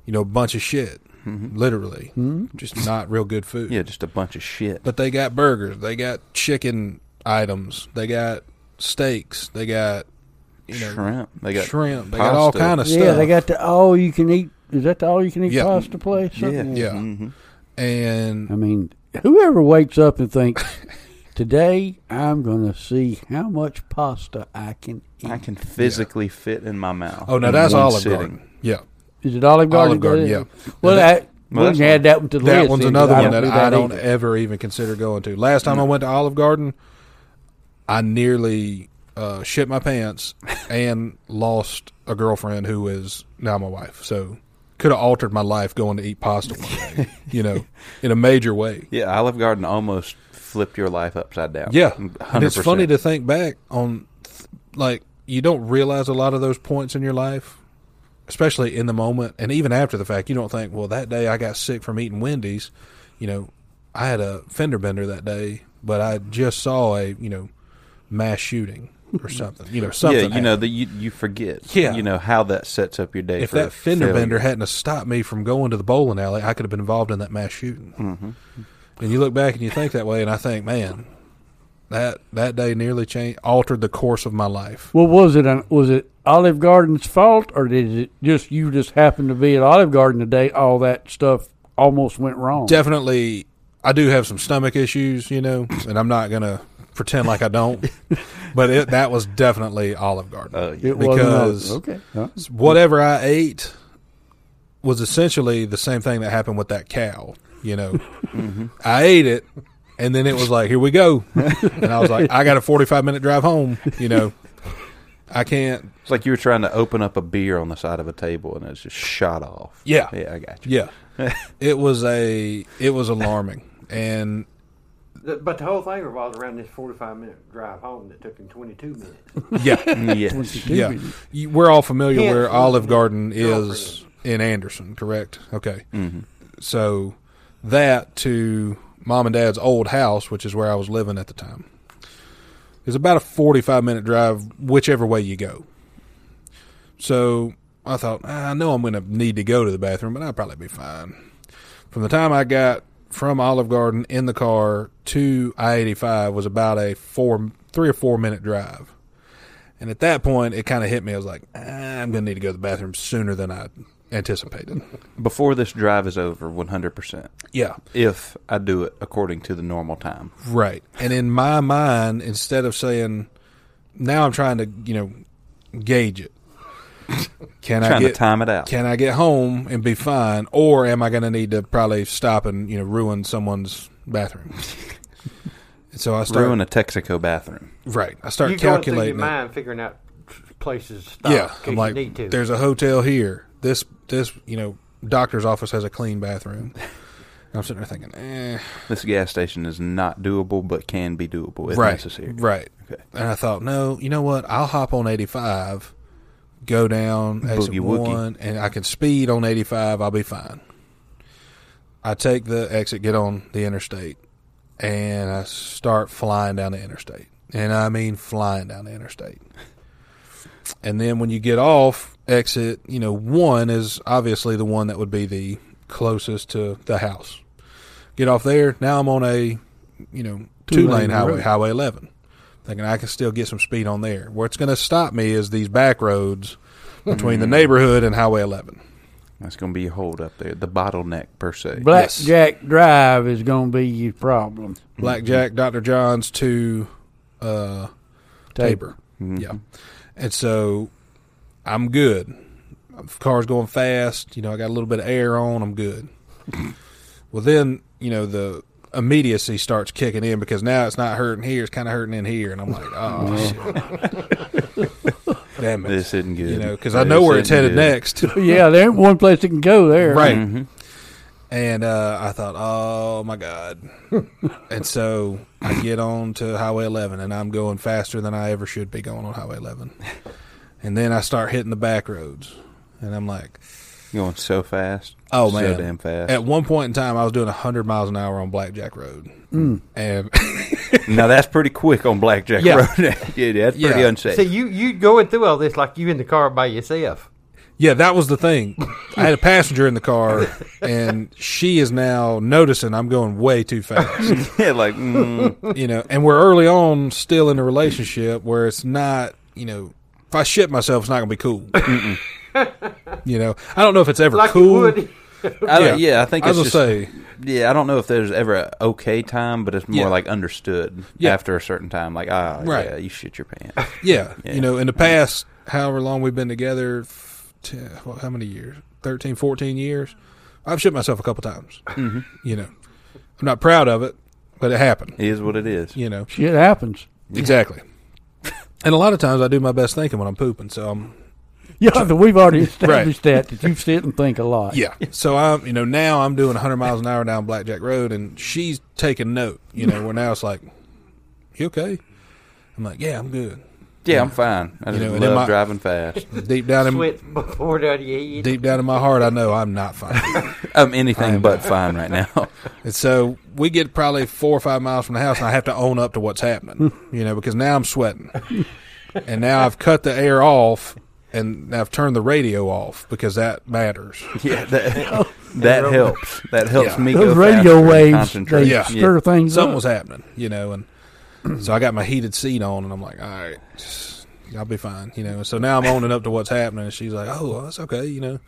you know, a bunch of shit, literally, just not real good food. Mm-hmm. Yeah, just a bunch of shit. But they got burgers, they got chicken items, they got steaks, they got you know, shrimp. They got shrimp. They got all pasta. kind of stuff. Yeah, they got the all you can eat. Is that the all you can eat Yeah. pasta place? Yeah, Something- Yeah. Mm-hmm. hmm I and mean, whoever wakes up and thinks, today I'm going to see how much pasta I can eat. I can physically fit in my mouth. oh, now in that's one Olive sitting. Garden. Yeah, Is it Olive Garden? Olive Garden, yeah. Well, that, we Well, that's can add that one to the that list. one's then, 'cause another I one don't that do I don't either. ever even consider going to. Last time I went to Olive Garden, I nearly uh, shit my pants and lost a girlfriend who is now my wife. So could have altered my life going to eat pasta one day, you know, in a major way. Yeah, Olive Garden almost flipped your life upside down. Yeah, and 100%. it's funny to think back on, th- like you don't realize a lot of those points in your life, especially in the moment, and even after the fact, you don't think, well, that day I got sick from eating Wendy's, you know, I had a fender bender that day, but I just saw a you know mass shooting or something. You know, something. yeah, you know happened. that you you forget. Yeah. you know how that sets up your day. if for that fender failure. bender hadn't have stopped me from going to the bowling alley, I could have been involved in that mass shooting. Mhm. And you look back and you think that way, and I think, man, that that day nearly changed, altered the course of my life. Well, was it an, was it Olive Garden's fault, or did it just you just happened to be at Olive Garden today? All that stuff almost went wrong. Definitely, I do have some stomach issues, you know, and I'm not gonna pretend like I don't. but it, that was definitely Olive Garden. Oh, yeah. it wasn't because- Olive- okay. Huh? whatever I ate was essentially the same thing that happened with that cow. You know, Mm-hmm. I ate it, and then it was like, here we go. And I was like, I got a 45 minute drive home. You know, I can't. It's like you were trying to open up a beer on the side of a table and it's just shot off. Yeah. Yeah, I got you. Yeah. It was a, it was alarming. And [laughs] The- But the whole thing revolves around this 45 minute drive home that took him 22 minutes. yeah, Yes. yeah. You- We're all familiar Yeah. where Olive Garden is in Anderson, correct? Okay. Mhm. So that to mom and dad's old house, which is where I was living at the time, is about a 45 minute drive, whichever way you go. So I thought, "Ah, I know I'm going to need to go to the bathroom, but I'll probably be fine. From the time I got from Olive Garden in the car to I 85 was about a four, three or four minute drive. And at that point, it kind of hit me. I was like, "Ah, I'm going to need to go to the bathroom sooner than I anticipated. Before this drive is over, 100%. Yeah. If I do it according to the normal time. Right. And in my mind, instead of saying, now I'm trying to, you know, gauge it. Can I trying get to time it out. can I get home and be fine, or am I going to need to probably stop and you know ruin someone's [laughs] bathroom? And so I start Ruin a Texaco bathroom. right. I start you going through your calculating. it. mind figuring out places to stop. yeah, in case I'm like, you need to. there's a hotel here. This this you know doctor's office has a clean [laughs] bathroom. And I'm sitting there thinking, eh, This gas station is not doable, but can be doable if right, necessary. right. Okay. And I thought, no, you know what? I'll hop on 85, go down exit Boogie woogie. one, and I can speed on 85. I'll be fine. I take the exit, get on the interstate, and I start flying down the interstate. And I mean flying down the interstate. And then when you get off exit, you know, one is obviously the one that would be the closest to the house. Get off there. Now I'm on a, you know, two Two-lane lane highway, road. Highway 11. Thinking I can still get some speed on there. What's going to stop me is these back roads between the neighborhood and Highway 11. That's going to be a hold up there. The bottleneck, per se. Blackjack Drive is going to be your problem. Blackjack, Dr. John's to uh, Tabor. Mhm. Yeah. And so I'm good. Car's going fast. You know, I got a little bit of air on. I'm good. well, then, you know, the immediacy starts kicking in because now it's not hurting here. It's kind of hurting in here. And I'm like, oh, shit. [laughs] Damn it. This isn't good. you know, because I know where it's headed next. [laughs] yeah, there ain't one place it can go there. Right. hmm And uh, I thought, oh my [laughs] God. and so I get on to Highway 11, and I'm going faster than I ever should be going on Highway [laughs] 11. And then I start hitting the back roads, and I'm like, Going so fast. oh so man. damn fast. At one point in time, I was doing 100 miles an hour on Blackjack Road. Mm. And [laughs] [laughs] now that's pretty quick on Blackjack Yeah. Road. [laughs] yeah, that's pretty Yeah. unsafe. See, you you going through all this like you in the car by yourself. yeah, that was the thing. I had a passenger in the [laughs] car, and she is now noticing I'm going way too fast. [laughs] yeah, [laughs] like mm, you know, and we're early on still in a relationship where it's not, you know, if I shit myself, it's not gonna be cool. you know, I don't know if it's ever Like you cool. would. I don't, yeah. I think I was it's gonna just- say, yeah. I don't know if there's ever an okay time, but it's more Yeah. like understood Yeah. after a certain time. Like ah, Right. yeah, you shit your pants. yeah, Yeah. you know, in the past, however long we've been together, f- 10, well, how many years? 13, 14 years. I've shit myself a couple times. Mm-hmm. You know, I'm not proud of it, but it happened. It is what [laughs] it is. You know, Shit happens. exactly. And a lot of times I do my best thinking when I'm pooping, so I'm Yeah, but we've already established that that you sit and think a lot. Yeah. So I'm, you know, now I'm doing 100 miles an hour down Blackjack Road, and she's taking note. You know, where now it's like, you okay? I'm like, yeah, I'm good. Yeah, I'm fine. I You just know, and in love my- driving fast. Deep down in Sweat before down your head. deep down in my heart, I know I'm not fine. I'm Um, anything but fine right now. and so we get probably four or five miles from the house, and I have to own up to what's happening. You know, because now I'm sweating. and now I've cut the air off and I've turned the radio off because that matters. [laughs] [laughs] Yeah, that, that helps. That helps Yeah. me Those go faster radio and waves, they concentrate. Yeah. stir things Something up. was happening, you know, and so I got my heated seat on, and I'm like, all right, just- I'll be fine, you know. And so now I'm owning up to what's happening, and she's like, oh, well, that's okay, you know.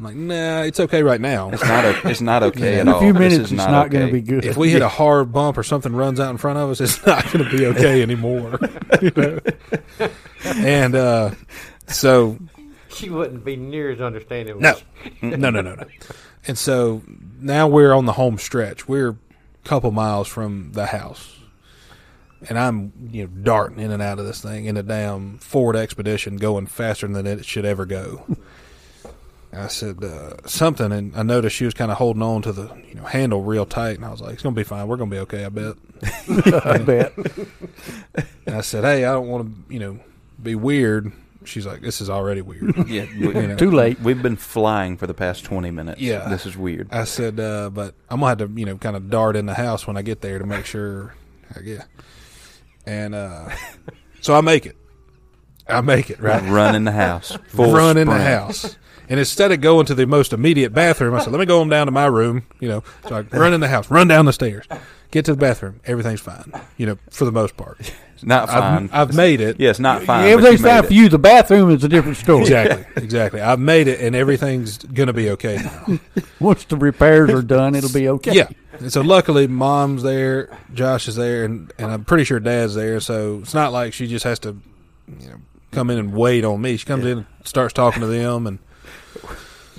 I'm like, nah, it's okay right now. It's not o it's not okay In at all. a few This minutes, it's is not, going to okay. be good. If we hit a hard bump or something runs out in front of us, it's [laughs] not going to be okay anymore. [laughs] you know? And uh, so She wouldn't be near as understanding. No, [laughs] no, no, no, no. And so now we're on the home stretch. We're a couple miles from the house, and I'm you know darting in and out of this thing in a damn Ford Expedition, going faster than it should ever go. I said uh, something, and I noticed she was kind of holding on to the you know handle real tight, and I was like, "It's gonna be fine. We're gonna be okay. I bet." [laughs] I bet. And I said, "Hey, I don't want to you know be weird." She's like, "This is already weird." [laughs] [laughs] Yeah, we, know. Too late. We've been flying for the past twenty minutes. Yeah. this is weird. I said, uh, but I'm gonna have to, you know, kind of dart in the house when I get there to make sure. I guess. And [laughs] uh, so I make it. I make it right. Run in [laughs] the house. Full Run in the sprint. house. And instead of going to the most immediate bathroom, I said, "Let me go on down to my room." You know, so I run in the house, run down the stairs, get to the bathroom. Everything's fine. You know, for the most part, It's not fine. I've, I've made it. yeah, it's not fine. but Everything's you made fine for it. you. The bathroom is a different story. Exactly, exactly. I've made it, and everything's gonna be okay now. [laughs] Once the repairs are done, it'll be okay. Yeah. And so luckily, mom's there, Josh is there, and, and I'm pretty sure dad's there. So it's not like she just has to, you know, come in and wait on me. She comes in, and starts talking to them, and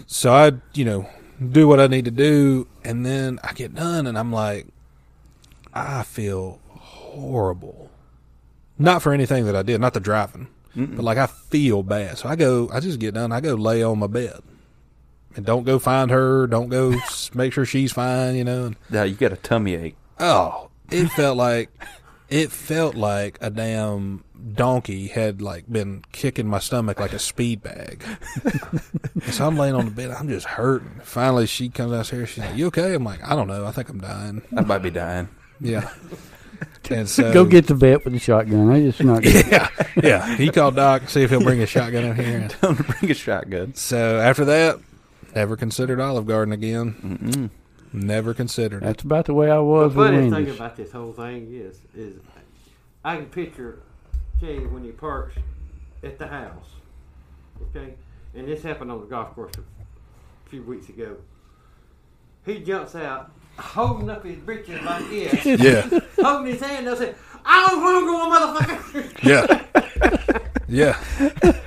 so I, you know, do what I need to do, and then I get done, and I'm like, I feel horrible. Not for anything that I did, not the driving, but like I feel bad. So I go, I just get done, I go lay on my bed. And don't go find her. Don't go s- make sure she's fine, you know. And Yeah, you got a tummy ache. Oh, it felt like it felt like a damn donkey had like been kicking my stomach like a speed bag. And so I'm laying on the bed. I'm just hurting. Finally, she comes downstairs. She's like, "You okay?" I'm like, "I don't know. I think I'm dying." I might [laughs] be dying. [laughs] Yeah. And so Go get the vet with the shotgun. I just not. Good. [laughs] yeah yeah. He called Doc see if he'll bring a shotgun in here. Don't bring a shotgun. So after that, never considered Olive Garden again. Never considered it. That's about the way I was The with funniest thing Wendy's. about this whole thing is, is I can picture Jay when he parks at the house, okay, and this happened on the golf course a few weeks ago. He jumps out, holding up his britches like [laughs] this, Yeah. holding his hand. I said, "I'm hungry, motherfucker." [laughs] Yeah. Yeah.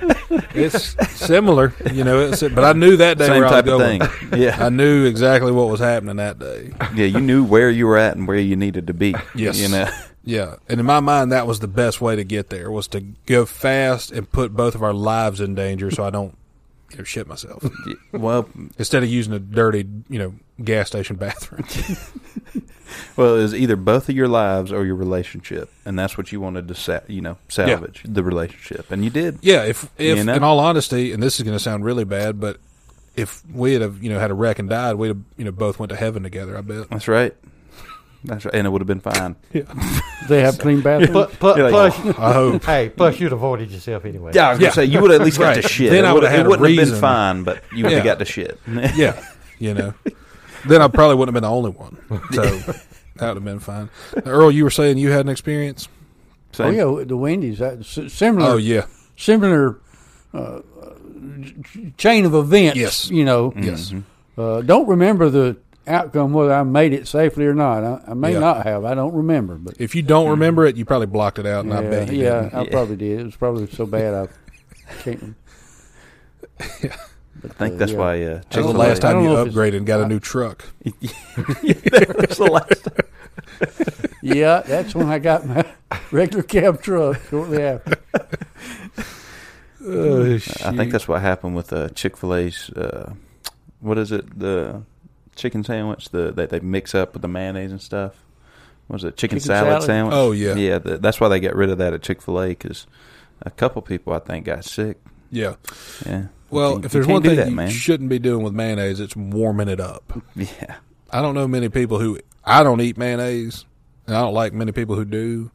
It's similar, you know, it's, but I knew that day Same where I type was of going. thing. [laughs] I Yeah, knew exactly what was happening that day. yeah. You knew where you were at and where you needed to be. Yes. you know. [laughs] Yeah. And in my mind that was the best way to get there was to go fast and put both of our lives in danger so I don't you know, shit myself. Yeah, Well, Instead of using a dirty, you know, gas station bathroom. [laughs] well, it was either both of your lives or your relationship, and that's what you wanted to, sa- you know, salvage the relationship, and you did. Yeah, if if You know? in all honesty, and this is going to sound really bad, but if we had have, you know had a wreck and died, we'd have you know both went to heaven together. I bet. That's right. That's right, and it would have been fine. They have clean bathrooms. Plus, plus, You're like, I hope. "Oh, [laughs] hey, plus you'd avoided yourself anyway. Yeah, I was Yeah. gonna say you would at least got [laughs] Right. to shit. Then it I would would've had it a wouldn't have reason. been fine, but you would Yeah. have got to shit. [laughs] Yeah, you know. then I probably wouldn't have been the only one. So that would have been fine. Now, Earl, you were saying you had an experience. Same. Oh yeah, the Wendy's. That, s- similar. Oh yeah, Similar. Uh, ch- chain of events. Yes. Mm-hmm. You know. Mm-hmm. yes, Uh, don't remember the outcome whether I made it safely or not. I, I may Yeah. not have. I don't remember, but If you don't remember it, you probably blocked it out, and yeah, I bet you yeah, didn't. I Yeah. probably did. It was probably so bad I can't. I think that's yeah. why. Uh, That was Chick-fil-A- the last I time don't you know if it's- upgraded and got a new truck. that was the last time. [laughs] Yeah, that's when I got my [laughs] regular cab truck shortly after. I think that's what happened with uh, Chick Fil A's. Uh, what is it? The chicken sandwich the, that they mix up with the mayonnaise and stuff. What was it chicken, Chicken salad, salad? sandwich? Oh, yeah. yeah. The, that's why they got rid of that at Chick Fil A because a couple people I think got sick. Yeah. Yeah. You Well, can't- if there's you one can't do thing that, you man. shouldn't be doing with mayonnaise, it's warming it up. [laughs] yeah, I don't know many people who I don't eat mayonnaise, and I don't like many people who do.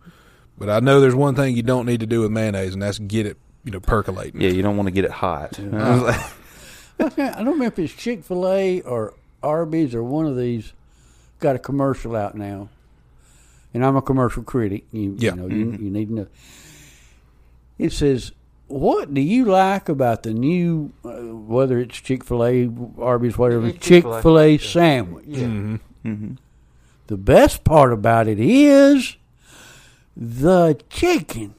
But I know there's one thing you don't need to do with mayonnaise, and that's get it, you know, percolating. Yeah, you don't want to get it hot. Uh, I don't remember if it's Chick Fil A or Arby's or one of these. Got a commercial out now, and I'm a commercial critic. You, Yeah. you know, you, you need to know. It says, "What do you like about the new, uh, whether it's Chick Fil A, Arby's, whatever, It's Chick Chick-fil-A. Fil A sandwich?" Yeah. The best part about it is the chicken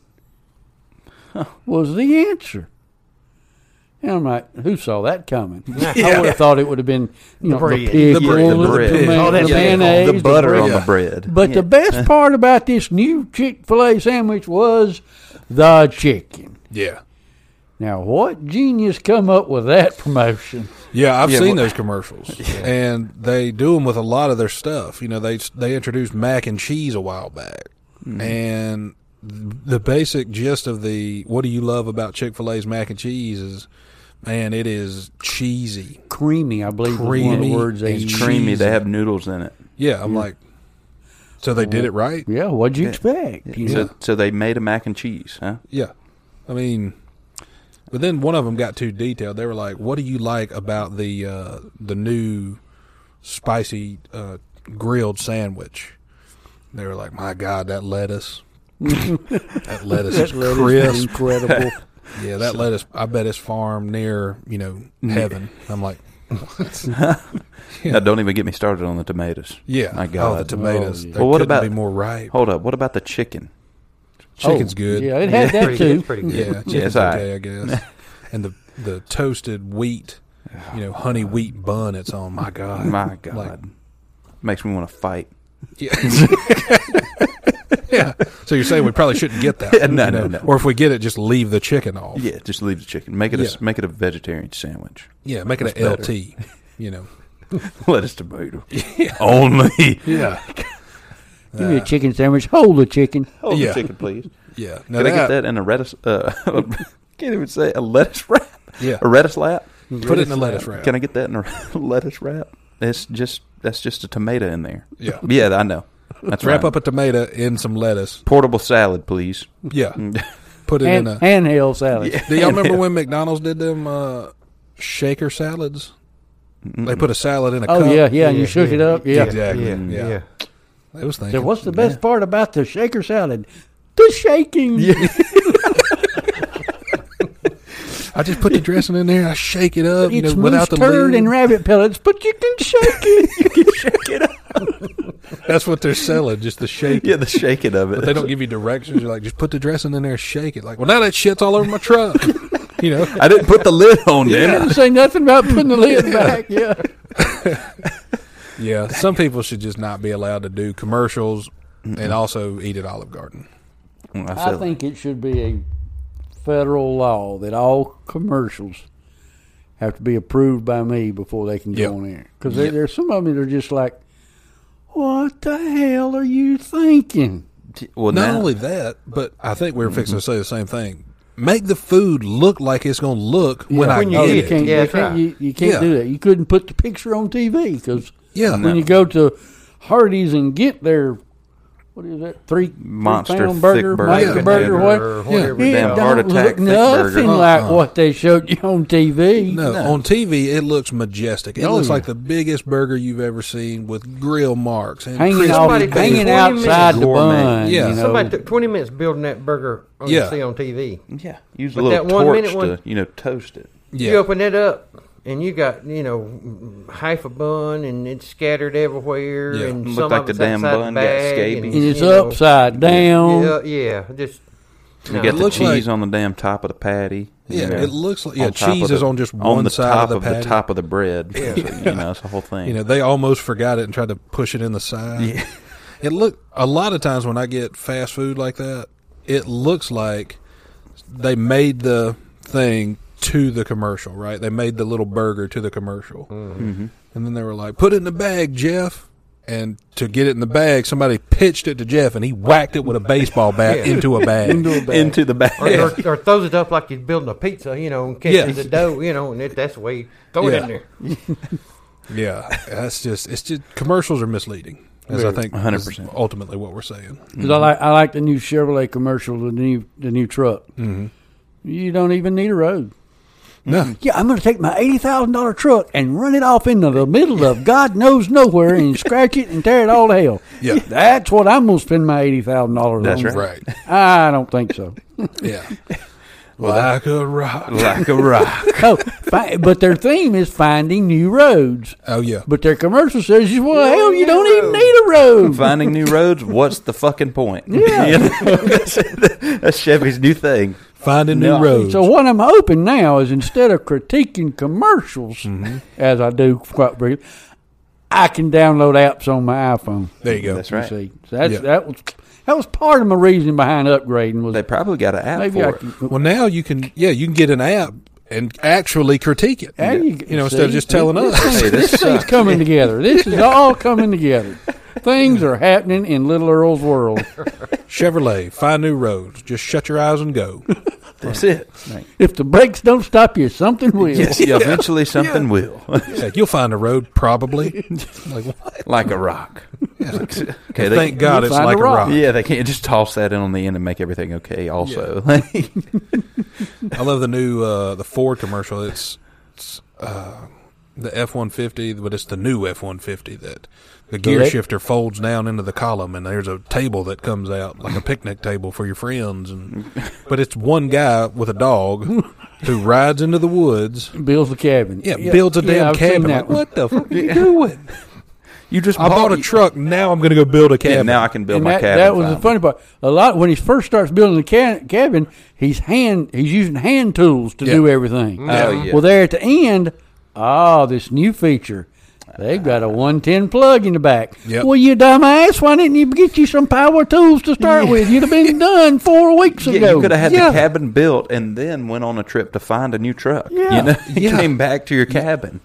was the answer. And I'm like, who saw that coming? I would have thought it would have been, you know, the, bread. pig, The the, bread. the, The bread. tomato, Oh, the that's Yeah. mayonnaise, the butter bread. on the Yeah. bread. But Yeah. the best part about this new Chick Fil A sandwich was the chicken. Yeah, Now, what genius come up with that promotion? yeah, I've Yeah, seen well- those [laughs] commercials, and they do them with a lot of their stuff. You know, they they introduced mac and cheese a while back, and the basic gist of the what do you love about Chick Fil A's mac and cheese is, man, it is cheesy. Creamy, I believe, was one of Creamy the words they and used. creamy. They cheese. have noodles in it. Yeah, I'm like, so they did it right. Yeah, what'd you expect? You know? So, so they made a mac and cheese, huh? Yeah, I mean, but then one of them got too detailed. They were like, "What do you like about the uh, the new spicy uh, grilled sandwich?" They were like, "My God, that lettuce, [laughs] that lettuce is That lettuce was crisp. incredible. [laughs] Yeah, that lettuce. I bet it's farmed near you know heaven." I'm like, Now, don't even get me started on the tomatoes. "Yeah, my oh, God. the tomatoes. Oh, yeah. they Well, what couldn't about- be more ripe? Hold up. What about the chicken? Chicken's Oh, good. Yeah, it had that Pretty good, too. pretty good. Yeah, Yeah, chicken's it's all right. okay, I [laughs] guess. and the the toasted wheat, you know, [sighs] honey wheat bun. It's on. My God, [laughs] My Like, God, makes me want to fight. yeah. [laughs] yeah. So you're saying we probably shouldn't get [laughs] that? No, you no, know? no. Or if we get it, just leave the chicken off. Yeah, just leave the chicken. Make it Yeah. a make it a vegetarian sandwich. [laughs] Yeah, make it That's an better. LT. You [laughs] know. [laughs] Lettuce tomato only. Yeah. Give me a chicken sandwich. Hold the chicken. Hold Yeah. the chicken, please. Yeah. Now Can I get that in a lettuce? Uh, [laughs] can't even say a lettuce wrap. Yeah. a lettuce lap. Put it in a lettuce wrap. Can I get that in a [laughs] lettuce wrap? It's just that's just a tomato in there. [laughs] Yeah. Yeah, I know. That's Wrap right. up a tomato in some lettuce. portable salad, please. Yeah. Mm. [laughs] Put it And, in a. handheld salad. Do y'all [laughs] remember when McDonald's did them uh, shaker salads? They put a salad in a Oh cup. yeah, yeah. and you Yeah, shook yeah. it up. Yeah. Exactly. Yeah, Yeah. yeah. They was So thinking. what's the best part about the shaker salad? The shaking. I just put the dressing in there. I shake it up. It's you know, loose without the turd lid. and rabbit pellets, but you can shake it. you can shake it up. That's what they're selling. Just the shake. [laughs] Yeah, the shaking of it. But they don't give you directions. You're like, just put the dressing in there, shake it. Like, well, now that shit's all over my truck. [laughs] you know, [laughs] I didn't put the lid on, damn Didn't say nothing about putting the lid back. Yeah. yeah. Some people should just not be allowed to do commercials and also eat at Olive Garden. it. I think it should be a federal law that all commercials have to be approved by me before they can Yep. go on air. Because there, there's some of them that are just like, "What the hell are you thinking?" Well, Not now, only that, but I think we were fixing to say the same thing. Make the food look like it's going to look when I When you get you eat it. can't, Yeah, you that's can't, right. you, you can't Yeah. do that. You couldn't put the picture on TV because Yeah, when you go to Hardee's and get their what is that three Monster three pound thick burger, burger. monster Yeah. burger, Or what? whatever It Damn they don't heart attack look thick nothing burger. Uh-huh. like Uh-uh. what they showed you on TV. No, on TV it looks majestic. It Oh, looks yeah. like the biggest burger you've ever seen with grill marks and hanging crisp off, Somebody bacon. hanging took 20 outside the minutes. Gourmet. bun. Yeah. you know. Somebody took 20 minutes building that burger on Yeah. see on TV. yeah, use But a little that one torch minute one- to you know toast it. Yeah. You open it up, and you got you know half a bun, and it's scattered everywhere, Yeah. and Looked some like of the it's damn outside bun the got bag, scabies. and you it's know, upside down. Yeah, yeah, just You no. got the looks cheese like- on the damn top of the patty. Yeah, you know, it looks like- yeah, on top of cheese is on just one the side top of the patty. the top of the bread. So, you know, it's a whole [laughs] thing. You know, they almost forgot it and tried to push it in the side. Yeah. It look a lot of times when I get fast food like that, it looks like they made the thing to the commercial, right? They made the little burger to the commercial. And then they were like, "Put it in the bag, Jeff." And to get it in the bag, somebody pitched it to Jeff and he whacked it with a baseball bat Yeah. into a bag. into the back. or, or, or throws it up like you're building a pizza, you know, and catches Yeah. the dough, you know, and it, that's the way you throw it Yeah. in there. yeah, that's just it's just commercials are misleading. As I Very. think, 100%. is ultimately what we're saying. 'Cause I like I like the new Chevrolet commercial, the new the new truck. Mm-hmm. You don't even need a road. Mm-hmm. No, Yeah, I'm going to take my eighty thousand dollar truck and run it off into the middle of God knows nowhere and scratch it and tear it all to hell. Yeah. that's what I'm going to spend my eighty thousand dollars That's on. right. right? I don't think so. [laughs] Yeah, like a rock. like a rock. Oh, fi- but their theme is finding new roads. [laughs] Oh yeah, But their commercial says, "Well, hell, you don't even need a road." [laughs] Finding new roads. What's the fucking point? Yeah. [laughs] You know, that's, that's Chevy's new thing. finding No. new roads. So what I'm hoping now is instead of critiquing commercials, as I do quite briefly, I can download apps on my iPhone. there you go. That's right. You see, so that's, Yeah. that was that was part of my reason behind upgrading was They probably got an app maybe for I it. can. Well, now you can. Yeah, you can get an app and actually critique it. There you, know, instead of see, just [laughs] telling this us. Hey, thing- this this thing's sucks. coming together. This is [laughs] all coming together. Things are happening in Little Earl's world. Chevrolet, find new roads. Just shut your eyes and go. That's it. If the brakes don't stop you, something will. Yes, eventually something will. [laughs] It's like, You'll find a road, probably. like, what? like a rock. Okay, they, Thank God you it's find like a a rock. rock. Yeah, they can't just toss that in on the end and make everything okay. Also, I love the new uh, the Ford commercial. It's, it's uh, the F one fifty, but it's the new F one fifty that the gear Correct. shifter folds down into the column, and there's a table that comes out like a picnic table for your friends. And but it's one guy with a dog who rides into the woods. Builds the cabin. Yeah, builds a Yeah, damn I've seen cabin. Like, that one. what the fuck are you doing? [laughs] you just I bought a truck. Now I'm going to go build a cabin. and now I can build and my that, cabin. that was the finally. funny part. A lot when he first starts building the ca- cabin, he's hand he's using hand tools to Yeah. do everything. Oh, yeah. Well, there at the end, ah, this new feature. They've got a 110 plug in the back. Yep. Well, you dumbass, why didn't you get you some power tools to start with? You'd have been done four weeks ago. Yeah, you could have had Yeah. the cabin built and then went on a trip to find a new truck. Yeah. You know, [laughs] you Yeah. came back to your cabin.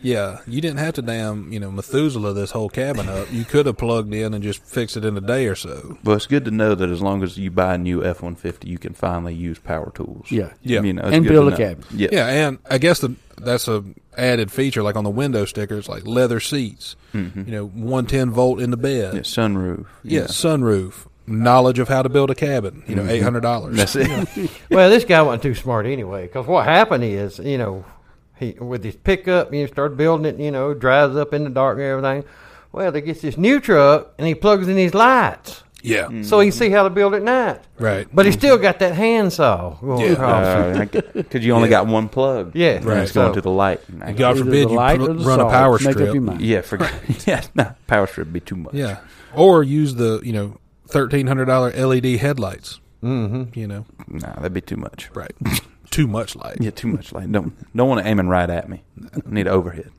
Yeah, you didn't have to damn, you know, Methuselah this whole cabin up. You could have plugged in and just fixed it in a day or so. Well, it's good to know that as long as you buy a new F one fifty, you can finally use power tools. Yeah. Yeah. you know, it's And good to build a know. cabin. Yeah, Yeah, and I guess the, that's a added feature, like on the window stickers, like leather seats, you know, 110 volt in the bed, Mm-hmm. Yeah, sunroof. yeah, sunroof, knowledge of how to build a cabin, you know, $800. that's it. [laughs] Well, this guy wasn't too smart anyway, because what happened is, you know, he with his pickup, you know, started building it, you know, drives up in the dark and everything. Well, he gets this new truck and he plugs in his lights, Yeah, Mm. so he see how to build at night. right. But he still got that handsaw going Yeah. across. Because you only got one plug. Yeah. and Right. it's going So- to the light. God Either forbid the you light pl- or the run a salt. power Make strip. Up your mind. Yeah, for, [laughs] yeah, no, power strip would be too much. Yeah, or use the you know $1,300 LED E headlights. Mm-hmm. You know, no, that'd be too much. right? [laughs] Too much light. Yeah, too much light. Don't don't want to aim and right at me. I need overhead.